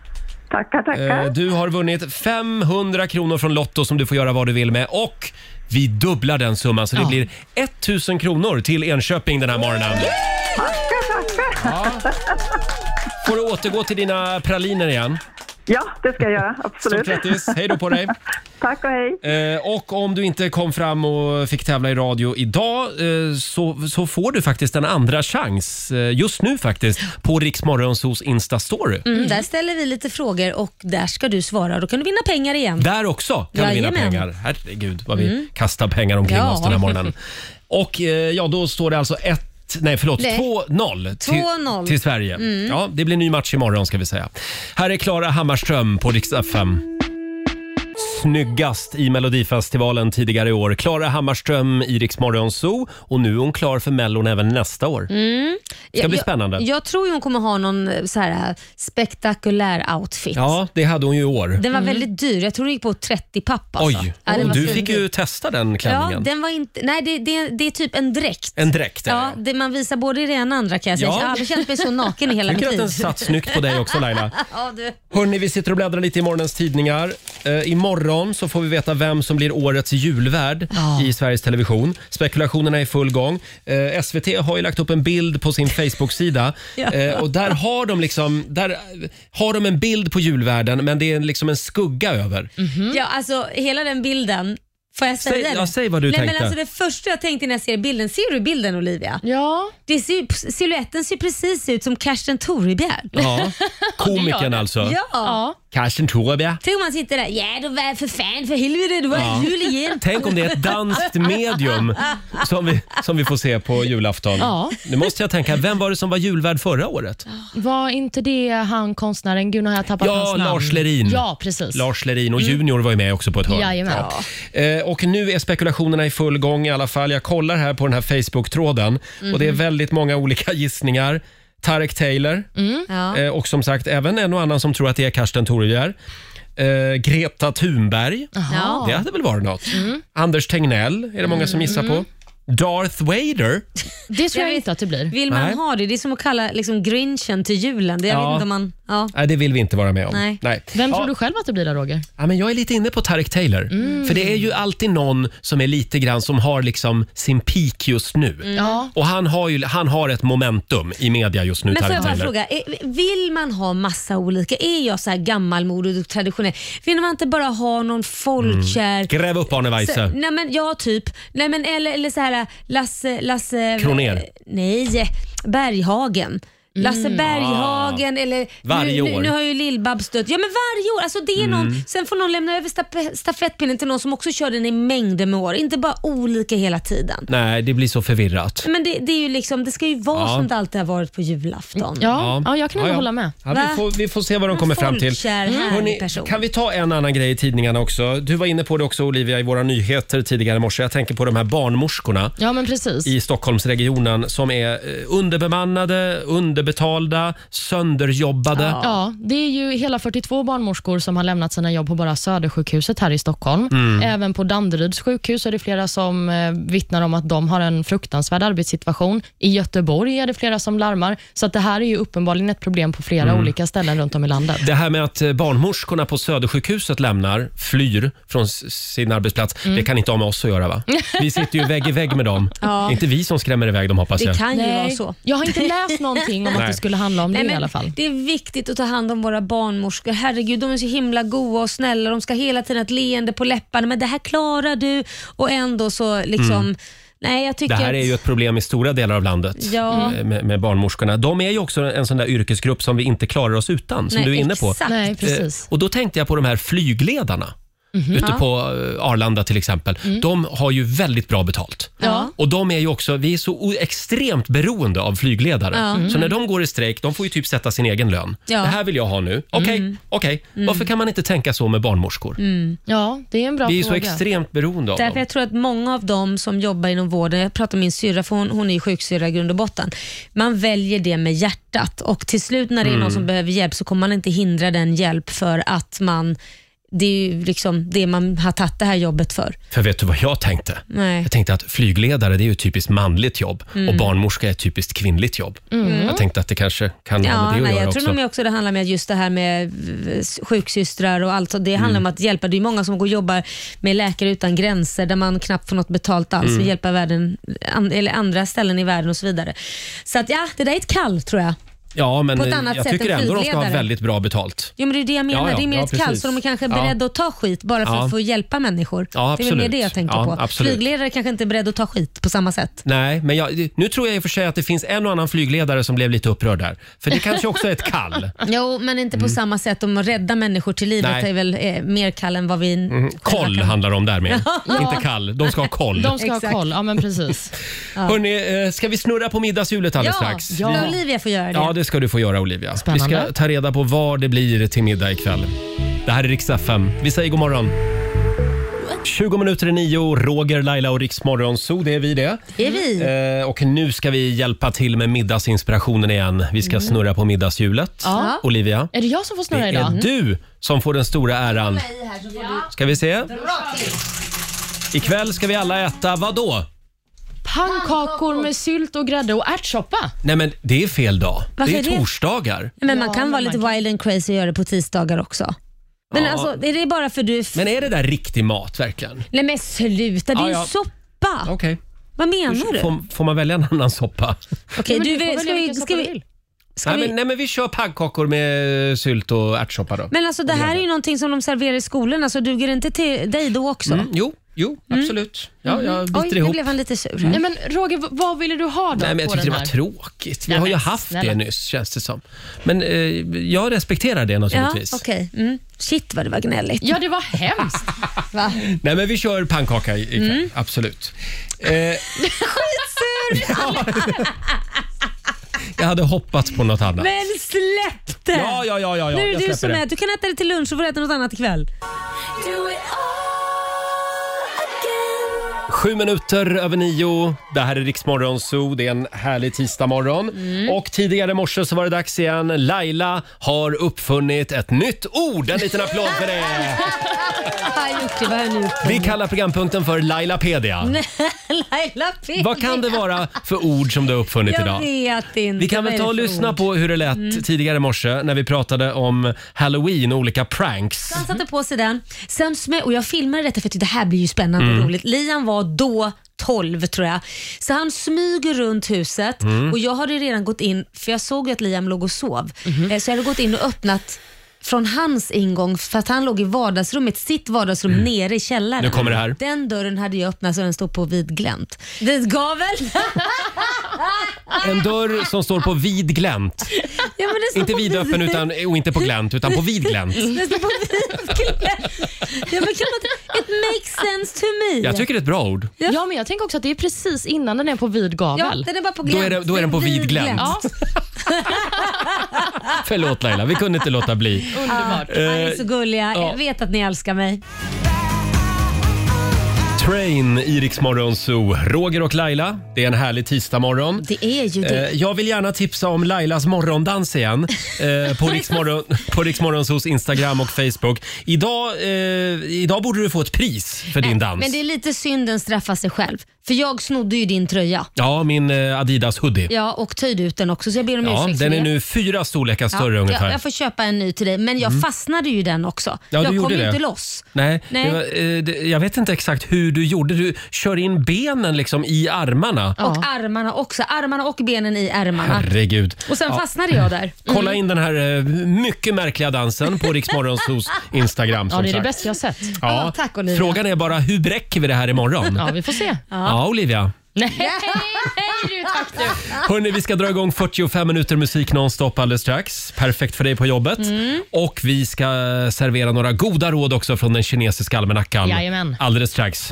S5: Tackar, tackar.
S1: Eh, Du har vunnit 500 kronor från Lotto som du får göra vad du vill med och vi dubblar den summan så det
S5: Ja.
S1: blir 1000 kronor till Enköping den här morgonen. Får du återgå till dina praliner igen.
S5: Ja, det ska jag göra. Absolut.
S1: Stort grattis. Hej då på dig.
S5: Tack och hej.
S1: Eh, och om du inte kom fram och fick tävla i radio idag eh, så, så får du faktiskt en andra chans eh, just nu faktiskt på Riksmorgonsos Insta-story.
S2: Mm, där ställer vi lite frågor och där ska du svara. Då kan du vinna pengar igen.
S1: Där också kan du vinna
S2: Jajamän.
S1: pengar. Herregud vad vi
S2: Mm.
S1: kastar pengar omkring
S2: Ja.
S1: oss den här morgonen. Och eh, ja, då står det alltså ett Nej, förlåt.
S2: Nej.
S1: 2-0 till,
S2: 2-0.
S1: till Sverige.
S2: Mm.
S1: Ja, det blir ny match imorgon ska vi säga. Här är Klara Hammarström på Rix FM. Snyggast i Melodifestivalen tidigare i år. Klara Hammarström i Rix Morgon Zoo och nu är hon klar för Mellon även nästa år.
S2: Mm.
S1: Ska
S2: Jag-
S1: bli
S2: jag-
S1: spännande.
S2: Jag tror ju hon kommer ha någon eh, så här, spektakulär outfit.
S1: Ja, det hade hon ju i år.
S2: Den var väldigt dyr. Jag tror den gick på 30 papp. Alltså.
S1: Oj,
S2: Ja, den var
S1: du
S2: fin.
S1: fick ju testa den klänningen.
S2: Ja, den var inte... Nej, det, det, det är typ en dräkt.
S1: En dräkt. är det.
S2: Ja, det, man visar både det ena och andra kan jag säga.
S1: Ja.
S2: Jag har aldrig känt mig så naken i hela
S1: Tycker
S2: mitt
S1: att
S2: liv.
S1: den satt snyggt på dig också, Laila.
S2: ja, du.
S1: Hörni, vi sitter och bläddrar lite i morgonens tidningar. Eh, imorgon så får vi veta vem som blir årets julvärd i Sveriges Television. Spekulationerna är i full gång. Eh, SVT har ju lagt upp en bild på sin Facebook-sida
S12: Ja.
S1: eh, och där har, de liksom, där har de en bild på julvärden men det är liksom en skugga över.
S2: Ja, alltså hela den bilden. Får jag säga
S1: Säg-
S2: det?
S1: ja, säg vad du
S2: Nej,
S1: tänkte.
S2: Men alltså, det första jag tänkte när jag ser bilden, ser du bilden Olivia?
S3: Ja.
S2: Det ser, ju- siluetten ser precis ut som Karsten Torebjer.
S1: Ja, komikern alltså.
S2: Ja.
S1: Karsten Torebjer.
S2: Tänk om man sitter där, ja då var för fan för helvete, det var
S1: Ja.
S2: jul igen.
S1: Tänk om det är ett danskt medium som vi, som vi får se på julafton.
S3: Ja.
S1: Nu måste jag tänka, vem var det som var julvärd förra året?
S3: Var inte det han konstnären? Gud, nu har jag tappat
S1: Ja,
S3: hans namn.
S1: Lars Lerin.
S3: Ja, precis. Mm.
S1: Lars Lerin och Junior var ju med också på ett hörn.
S3: Jajamän.
S1: Eh, Och nu är spekulationerna i full gång i alla fall. Jag kollar här på den här Facebook-tråden och det är
S12: Mhm.
S1: väldigt många olika gissningar. Tarek Taylor
S3: Mm.
S12: Ja.
S1: eh, och som sagt även en och annan som tror att det är Karsten Torebjer. Eh, Greta Thunberg.
S12: Jaha.
S1: Det hade väl varit något.
S12: Mm.
S1: Anders Tegnell är det många som
S3: Mm.
S1: gissar på. Darth Vader.
S3: Det tror jag, inte att det blir.
S2: Vill man
S1: Nej.
S2: ha det? Det är som att kalla liksom, grinchen till julen. Det, jag
S1: Ja.
S2: vet inte om man... Ja.
S1: Nej, det vill vi inte vara med om.
S2: Nej.
S3: Vem
S1: Ja.
S3: tror du själv att det blir då, Roger?
S1: Ja, men jag är lite inne på Tarek Taylor.
S2: Mm.
S1: För det är ju alltid någon som är lite grann som har liksom sin peak just nu.
S2: Mm.
S3: Ja.
S1: Och han har, ju, han har ett momentum i media just nu,
S2: Men får
S1: Tarek
S2: jag bara
S1: Taylor.
S2: fråga, eh, vill man ha massa olika? Är jag så här gammalmodig och traditionell? Vill man inte bara ha någon folkkär?
S1: Mm. Gräv upp Arne Weise.
S2: Så- Nej men ja, typ. Nej, men, eller, eller så här Lasse... Lasse
S1: Kroner.
S2: Nej, eh, Berghagen. Lasse
S13: Mm.
S2: Berghagen eller...
S13: Varje
S2: nu,
S13: år.
S2: Nu, nu har ju Lill-Babs stött. Ja men varje år. Alltså det är
S13: Mm.
S2: någon, sen får någon lämna över staf- stafettpinnen till någon som också kör den i mängder med år. Inte bara olika hela tiden.
S1: Nej, det blir så förvirrat.
S2: Men det, det är ju liksom, det ska ju vara
S1: Ja.
S2: som det alltid har varit på julafton.
S1: Ja, ja. Ja, vi,
S2: Va?
S1: får, vi får se vad de kommer fram till.
S2: folkkär, härlig
S1: Hörrni,
S2: person.
S1: kan vi ta en annan grej i tidningarna också? Du var inne på det också Olivia i våra nyheter tidigare i morse. Jag tänker på de här barnmorskorna
S3: Ja, men precis.
S1: i Stockholmsregionen som är eh, underbemannade, underbetalda, sönderjobbade.
S3: Ja, det är ju hela 42 barnmorskor som har lämnat sina jobb på bara Södersjukhuset här i Stockholm.
S1: Mm.
S3: Även på Danderyds sjukhus är det flera som eh, vittnar om att de har en fruktansvärd arbetssituation. I Göteborg är det flera som larmar, så att det här är ju uppenbarligen ett problem på flera
S1: Mm.
S3: olika ställen runt om i landet.
S1: Det här med att eh, barnmorskorna på Södersjukhuset lämnar, flyr från s- sin arbetsplats,
S3: Mm.
S1: det kan inte ha med oss att göra va? Vi sitter ju vägg i vägg med dem.
S3: Ja.
S1: Inte vi som skrämmer iväg dem hoppas jag.
S3: Nej, Jag har inte läst någonting om att
S1: Nej.
S3: det skulle handla om
S2: Nej,
S3: det
S2: men
S3: i alla fall.
S2: Det är viktigt att ta hand om våra barnmorskor. Herregud, de är så himla goa och snälla. De ska hela tiden ha ett leende på läpparna. Men det här klarar du. Och ändå så liksom...
S1: Mm.
S2: Nej, jag tycker
S1: det här
S2: att-
S1: är ju ett problem i stora delar av landet
S2: Ja.
S1: eh, med, med barnmorskorna. De är ju också en sån där yrkesgrupp som vi inte klarar oss utan, som
S3: Nej,
S1: du är inne på.
S3: exakt. Nej, precis.
S1: Eh, Och då tänkte jag på de här flygledarna.
S3: Mhm.
S1: Ute
S3: Ja.
S1: på eh, Arlanda till exempel.
S3: Mm.
S1: De har ju väldigt bra betalt.
S3: Ja.
S1: Och de är ju också, vi är så o- extremt beroende av flygledare.
S3: Ja. Mm.
S1: Så när de går i strejk, de får ju typ sätta sin egen lön.
S3: Ja.
S1: Det här vill jag ha nu. Okej, okej.
S2: Mm.
S1: Varför kan man inte tänka så med barnmorskor?
S3: Ja, det är en bra
S1: Vi är ju så
S3: fråga.
S1: extremt beroende av dem.
S2: Därför jag tror att många av dem som jobbar inom vården, jag pratar med min syrra för hon, hon är ju sjuksyrra i grund och botten, man väljer det med hjärtat och till slut när det är
S13: Mm.
S2: någon som behöver hjälp så kommer man inte hindra den hjälp för att man, det är ju liksom det man har tagit det här jobbet för.
S1: För vet du vad jag tänkte?
S2: Nej.
S1: Jag tänkte att flygledare det är ju ett typiskt manligt jobb
S2: Mm.
S1: och barnmorska är ett typiskt kvinnligt jobb.
S2: Mm.
S1: Jag tänkte att det kanske kan ha
S2: Ja,
S1: med det att
S2: nej,
S1: göra
S2: jag
S1: också.
S2: tror nog också det handlar om att just det här med eh, s- sjuksystrar och allt. så Det handlar
S1: Mm.
S2: om att hjälpa. Det är många som går och jobbar med Läkare utan gränser där man knappt får något betalt alls
S1: Mm.
S2: och hjälpa världen, an, eller andra ställen i världen och så vidare. Så att, ja, det där är ett kall tror jag.
S1: Ja, men eh,
S2: på ett annat
S1: jag
S2: sätt
S1: tycker
S2: än
S1: ändå de ska ha
S2: flygledare.
S1: väldigt bra betalt.
S2: Jo, men det är det jag menar.
S1: Ja, ja,
S2: det är mer
S1: ja,
S2: ett kall,
S1: precis.
S2: så de är kanske är
S1: Ja.
S2: beredda att ta skit bara för
S1: Ja.
S2: att få hjälpa människor.
S1: Ja,
S2: det är väl mer
S1: absolut.
S2: det jag tänker
S1: Ja,
S2: på.
S1: absolut.
S2: Flygledare kanske inte är beredda att ta skit på samma sätt.
S1: Nej, men jag, nu tror jag i och för sig att det finns en och annan flygledare som blev lite upprörd där. För det kanske också är ett kall.
S2: Jo, men inte på
S1: Mm.
S2: samma sätt om att rädda människor till livet.
S1: Nej.
S2: är väl eh, mer kall än vad vi...
S1: Mm, koll handlar det om där med.
S2: Ja.
S1: Inte kall. De ska ha koll.
S3: De ska
S2: Exakt.
S3: ha koll, ja men precis.
S1: Hörrni, eh, ska vi snurra på middagshjulet alldeles strax?
S2: Ja,
S1: Vi-
S2: ja. Olivia får göra det.
S1: Ja, det ska du få göra Olivia. Vi
S2: Spännande.
S1: ska ta reda på vad det blir till middag ikväll. Det här är riksdag 5. Vi säger god morgon. 20 minuter i nio, Roger, Laila och Riksmorgon Zoo, det är vi det.
S2: Det är vi.
S1: Eh, och nu ska vi hjälpa till med middagsinspirationen igen. Vi ska
S3: Mm.
S1: snurra på middagshjulet.
S3: Ja.
S1: Olivia,
S3: Är det jag som får snurra
S1: det
S3: idag?
S1: är du som får den stora äran. Ska vi se? Ikväll ska vi alla äta vad då?
S3: Pannkakor med sylt och grädde och ärtsoppa.
S1: Nej men det är fel dag.
S2: Varför
S1: det
S2: är det?
S1: är torsdagar.
S2: Men man kan vara lite wild and crazy och göra det på tisdagar också. Men
S1: Ja.
S2: alltså, är det bara för du...
S1: Men är det där riktig mat verkligen?
S2: Nej men sluta, det är
S1: Ja,
S2: ju
S1: ja.
S2: soppa.
S1: Okej.
S2: Vad menar du?
S1: Får, får man välja en annan soppa?
S2: Okej,
S3: Ja, men
S2: du,
S3: du får
S2: vet- ska
S3: välja
S2: vi...
S3: vilken
S2: Ska
S3: soppa du
S2: vi
S1: Nej, men, nej, men vi kör pannkakor med sylt och ärtsoppa då.
S2: men alltså det här är ju någonting som de serverar i skolorna, så duger det inte till dig då också?
S1: Mm, jo, jo, absolut. Ja, jag biter
S2: Oj, nu
S1: ihop. Mm.
S2: blev han lite sur.
S3: Nej men Roger, v- vad ville du ha då
S1: Nej, men jag
S3: på
S1: tyckte det
S3: den här?
S1: var tråkigt. Vi
S3: Nej,
S1: har ju
S3: men
S1: haft
S3: snälla.
S1: det nyss, känns det som. Men eh, jag respekterar det
S2: Ja,
S1: naturligtvis.
S2: okej. Mm. Shit vad det var gnälligt.
S3: Ja, det var hemskt.
S2: Va?
S1: Nej, men vi kör pannkaka i- ikväll.
S2: Mm.
S1: Absolut. Eh,
S2: Skitsur!
S1: jag hade hoppats på något annat.
S2: Men släpp det!
S1: Ja, ja, ja, ja, ja.
S2: Nu är
S1: Jag
S2: det du
S1: släpper
S2: som
S1: det.
S2: är. Du kan äta det till lunch och får äta något annat ikväll.
S1: Sju minuter över nio. Det här är Riksmorgon Zoo. Det är en härlig tisdagmorgon.
S2: Mm.
S1: Och tidigare i morse så var det dags igen. Laila har uppfunnit ett nytt ord. En liten applåd för det!
S2: Vad gjort det? Vad har jag nu
S1: Vi kallar programpunkten för Lailapedia.
S2: Laila P.
S1: Vad kan det vara för ord som du har uppfunnit
S2: Jag
S1: idag?
S2: vet inte.
S1: Vi kan
S2: Vad är
S1: väl ta
S2: Mm, det
S1: och
S2: för
S1: lyssna
S2: ord?
S1: på hur det lät
S2: Mm.
S1: tidigare i morse när vi pratade om halloween och olika pranks.
S2: Så han satte på sig den. Sen smä- och jag filmade detta för att det här blir ju spännande
S1: Mm.
S2: och roligt. Lian var då 12 tror jag. Så han smyger runt huset
S13: Mm.
S2: och jag hade ju redan gått in, för jag såg ju att Liam låg och sov.
S1: Mhm.
S2: Eh, Så jag hade gått in och öppnat från hans ingång, för att han låg i vardagsrummet, sitt vardagsrum nere i källaren.
S1: Nu Mm. kommer det här.
S2: Den dörren hade jag öppnat så den stod på vid glänt. Vid gavel.
S1: En dörr som står på vid glänt.
S2: Ja, men det står
S1: Inte
S2: på
S1: vidöppen utan, och inte på glänt, utan på vid glänt.
S2: Det står på vidglänt. Ja, men kan man inte... It makes sense to me.
S1: Jag tycker det är ett bra ord.
S3: Ja. men jag tänker också att det är precis innan den är på vid gavel.
S2: Ja, den är bara på
S1: Då är den- då är den på vid glänt.
S3: Ja,
S1: Förlåt Laila, vi kunde inte låta bli. Eh,
S2: Underbart. Ja, ni är så gulliga.
S1: ja.
S2: Jag vet att ni älskar mig.
S1: Train, i Rix Morgon Zoo. Roger och Laila, det är en härlig tisdagmorgon.
S2: Det är ju det.
S1: Eh, Jag vill gärna tipsa om Lailas morgondans igen eh, på Riksmorgon, på Riksmorgonsos Instagram och Facebook. Idag, eh, idag borde du få ett pris för din dans.
S2: Eh, Men det är lite synden straffa sig själv. För jag snodde ju din tröja.
S1: Ja, min eh, Adidas hoodie.
S2: Ja, och töjde ut den också så jag ber om
S1: Ja,
S2: ursäkt
S1: den
S2: för
S1: är
S2: det.
S1: nu fyra storlekar större
S2: ja,
S1: ungefär. Mm.
S2: Jag, jag får köpa en ny till dig, men jag fastnade ju i den också.
S1: Ja, du
S2: jag kom
S1: gjorde
S2: ju
S1: det.
S2: inte loss.
S1: Nej,
S2: Nej.
S1: Det var, eh, det, jag vet inte exakt hur du gjorde. Du kör in benen liksom i armarna.
S2: Och armarna också. Armarna och benen i ärmarna.
S1: Herregud.
S2: Och sen Mm.
S1: Ja.
S2: fastnade jag där.
S1: Kolla in den här eh, mycket märkliga dansen på Riksmorgonsos Instagram.
S3: ja
S1: som
S3: det är det
S1: sagt.
S3: bästa jag har sett.
S1: Ja,
S2: Ja, tack, Olivia.
S1: Frågan är bara hur bräcker vi det här imorgon?
S3: Ja, vi får se.
S1: Ja, Olivia.
S3: Nej, hej du, tack du.
S1: Hörni, vi ska dra igång 45 minuter musik nonstop alldeles strax. Perfekt för dig på jobbet.
S2: Mm.
S1: Och vi ska servera några goda råd också från den kinesiska almanackan.
S3: Jajamän.
S1: Alldeles strax.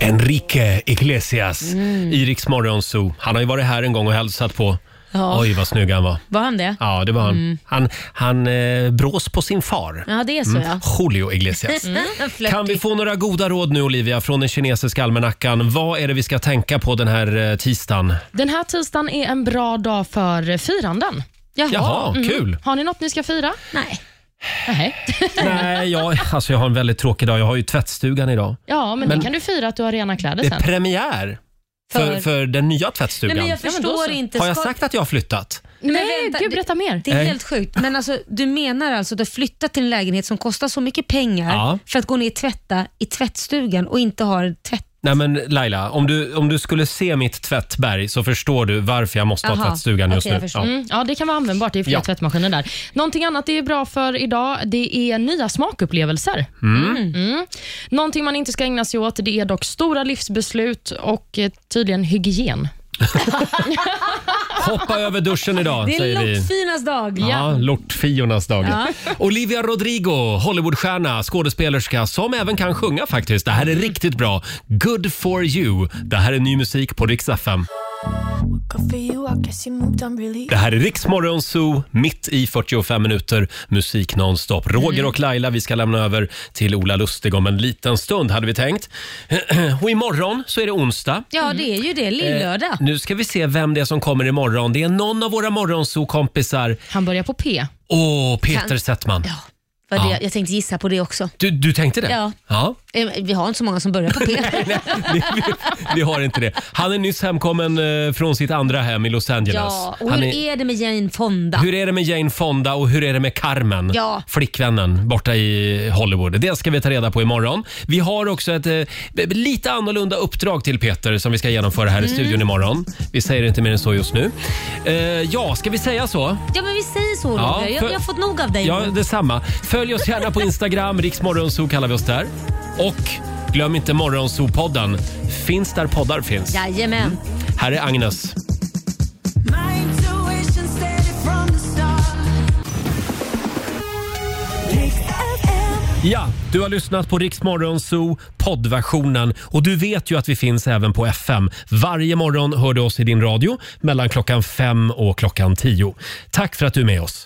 S1: Enrique Iglesias
S2: Mm.
S1: i Rix Morgon Zoo. Han har ju varit här en gång och hälsat på.
S2: Ja.
S1: Oj, vad snygg han var.
S2: Var han det? Mm.
S1: Ja, det var han. Han, han eh, brås på sin far.
S2: Ja, det är
S1: Mm.
S2: så ja.
S1: Julio Iglesias.
S2: Flörtig.
S1: Kan vi få några goda råd nu Olivia från den kinesiska almanackan? Vad är det vi ska tänka på den här eh, tisdagen?
S3: Den här tisdagen är en bra dag för firanden.
S2: Jaha. mhm.
S1: Jaha, kul.
S3: Har ni något ni ska fira?
S2: Nej.
S3: Nej.
S1: Nej, jag, alltså jag har en väldigt tråkig dag. Jag har ju tvättstugan idag.
S3: Ja, men,
S1: Men-
S3: det kan du fira att du har rena kläder
S1: Det är
S3: sen.
S1: premiär för,
S2: För-
S1: för den nya
S2: Nej,
S1: tvättstugan.
S2: men jag
S3: men då
S2: förstår
S3: så.
S2: inte.
S1: Har jag
S2: Ska-
S1: sagt att jag har flyttat?
S3: Nej,
S2: Men vänta,
S3: gud,
S2: det-
S3: berätta mer.
S2: Det är
S1: Nej.
S2: helt sjukt. Men alltså, du menar alltså att du har flyttat till en lägenhet som kostar så mycket pengar
S1: Ja.
S2: för att gå ner och tvätta i tvättstugan och inte ha tvätt...
S1: Nej men Laila, om du, om du skulle se mitt tvättberg så förstår du varför jag måste ha
S2: Aha,
S1: tvättstugan just
S2: okej, jag
S1: nu.
S2: förstår.
S3: Mm, ja, det kan vara användbart. Det är flera
S1: Ja.
S3: tvättmaskiner där. Någonting annat det är bra för idag, det är nya smakupplevelser. Mm. Någonting man inte ska ägna sig åt, det är dock stora livsbeslut och eh, tydligen hygien.
S1: Hoppa över duschen idag,
S2: Mm. Det är
S1: säger vi.
S2: loppfinas dag.
S1: Ja, lortfiornas dag. Olivia Rodrigo, Hollywoodstjärna, skådespelerska som även kan sjunga faktiskt. Det här är riktigt bra. Good for you. Det här är ny musik på Rix FM. Det här är Rix Morgon Zoo, mitt i 45 minuter musik nonstop. Roger och Laila, vi ska lämna över till Ola Lustig om en liten stund hade vi tänkt. Och imorgon så är det onsdag.
S2: Ja, det är ju det. Lillördag.
S1: Nu ska vi se vem det är som kommer imorgon. Det är någon av våra morgonzoo-kompisar.
S3: Han börjar på P.
S1: Åh, Peter Settman.
S2: Vad
S1: Ja.
S2: det, jag tänkte gissa på det också.
S1: Du, du tänkte det?
S2: Ja. Eh, Vi har inte så många som börjar på P.
S1: Vi, vi, vi har inte det. Han är nyss hemkommen eh, från sitt andra hem i Los Angeles.
S2: ja. Och
S1: Han
S2: hur
S1: är,
S2: är det med Jane Fonda?
S1: hur är det med Jane Fonda och hur är det med Carmen,
S2: Ja.
S1: flickvännen borta i Hollywood? Det ska vi ta reda på imorgon. Vi har också ett eh, b- lite annorlunda uppdrag till Peter som vi ska genomföra här i
S2: Mm.
S1: studion imorgon. Vi säger inte mer än så just nu. Eh, ja, ska vi säga så?
S2: Ja, men vi säger så Roger.
S1: Ja, för-
S2: jag, jag har fått nog av dig
S1: Ja,
S2: nu.
S1: detsamma. Följ oss gärna på Instagram, riksmorgonzoo kallar vi oss där. Och glöm inte Morgonzoo-podden. Finns där poddar finns.
S2: Jajamän.
S1: Här är Agnes. Ja, du har lyssnat på Riksmorgonzoo poddversionen och du vet ju att vi finns även på FM. Varje morgon hör du oss i din radio mellan klockan fem och klockan tio. Tack för att du är med oss.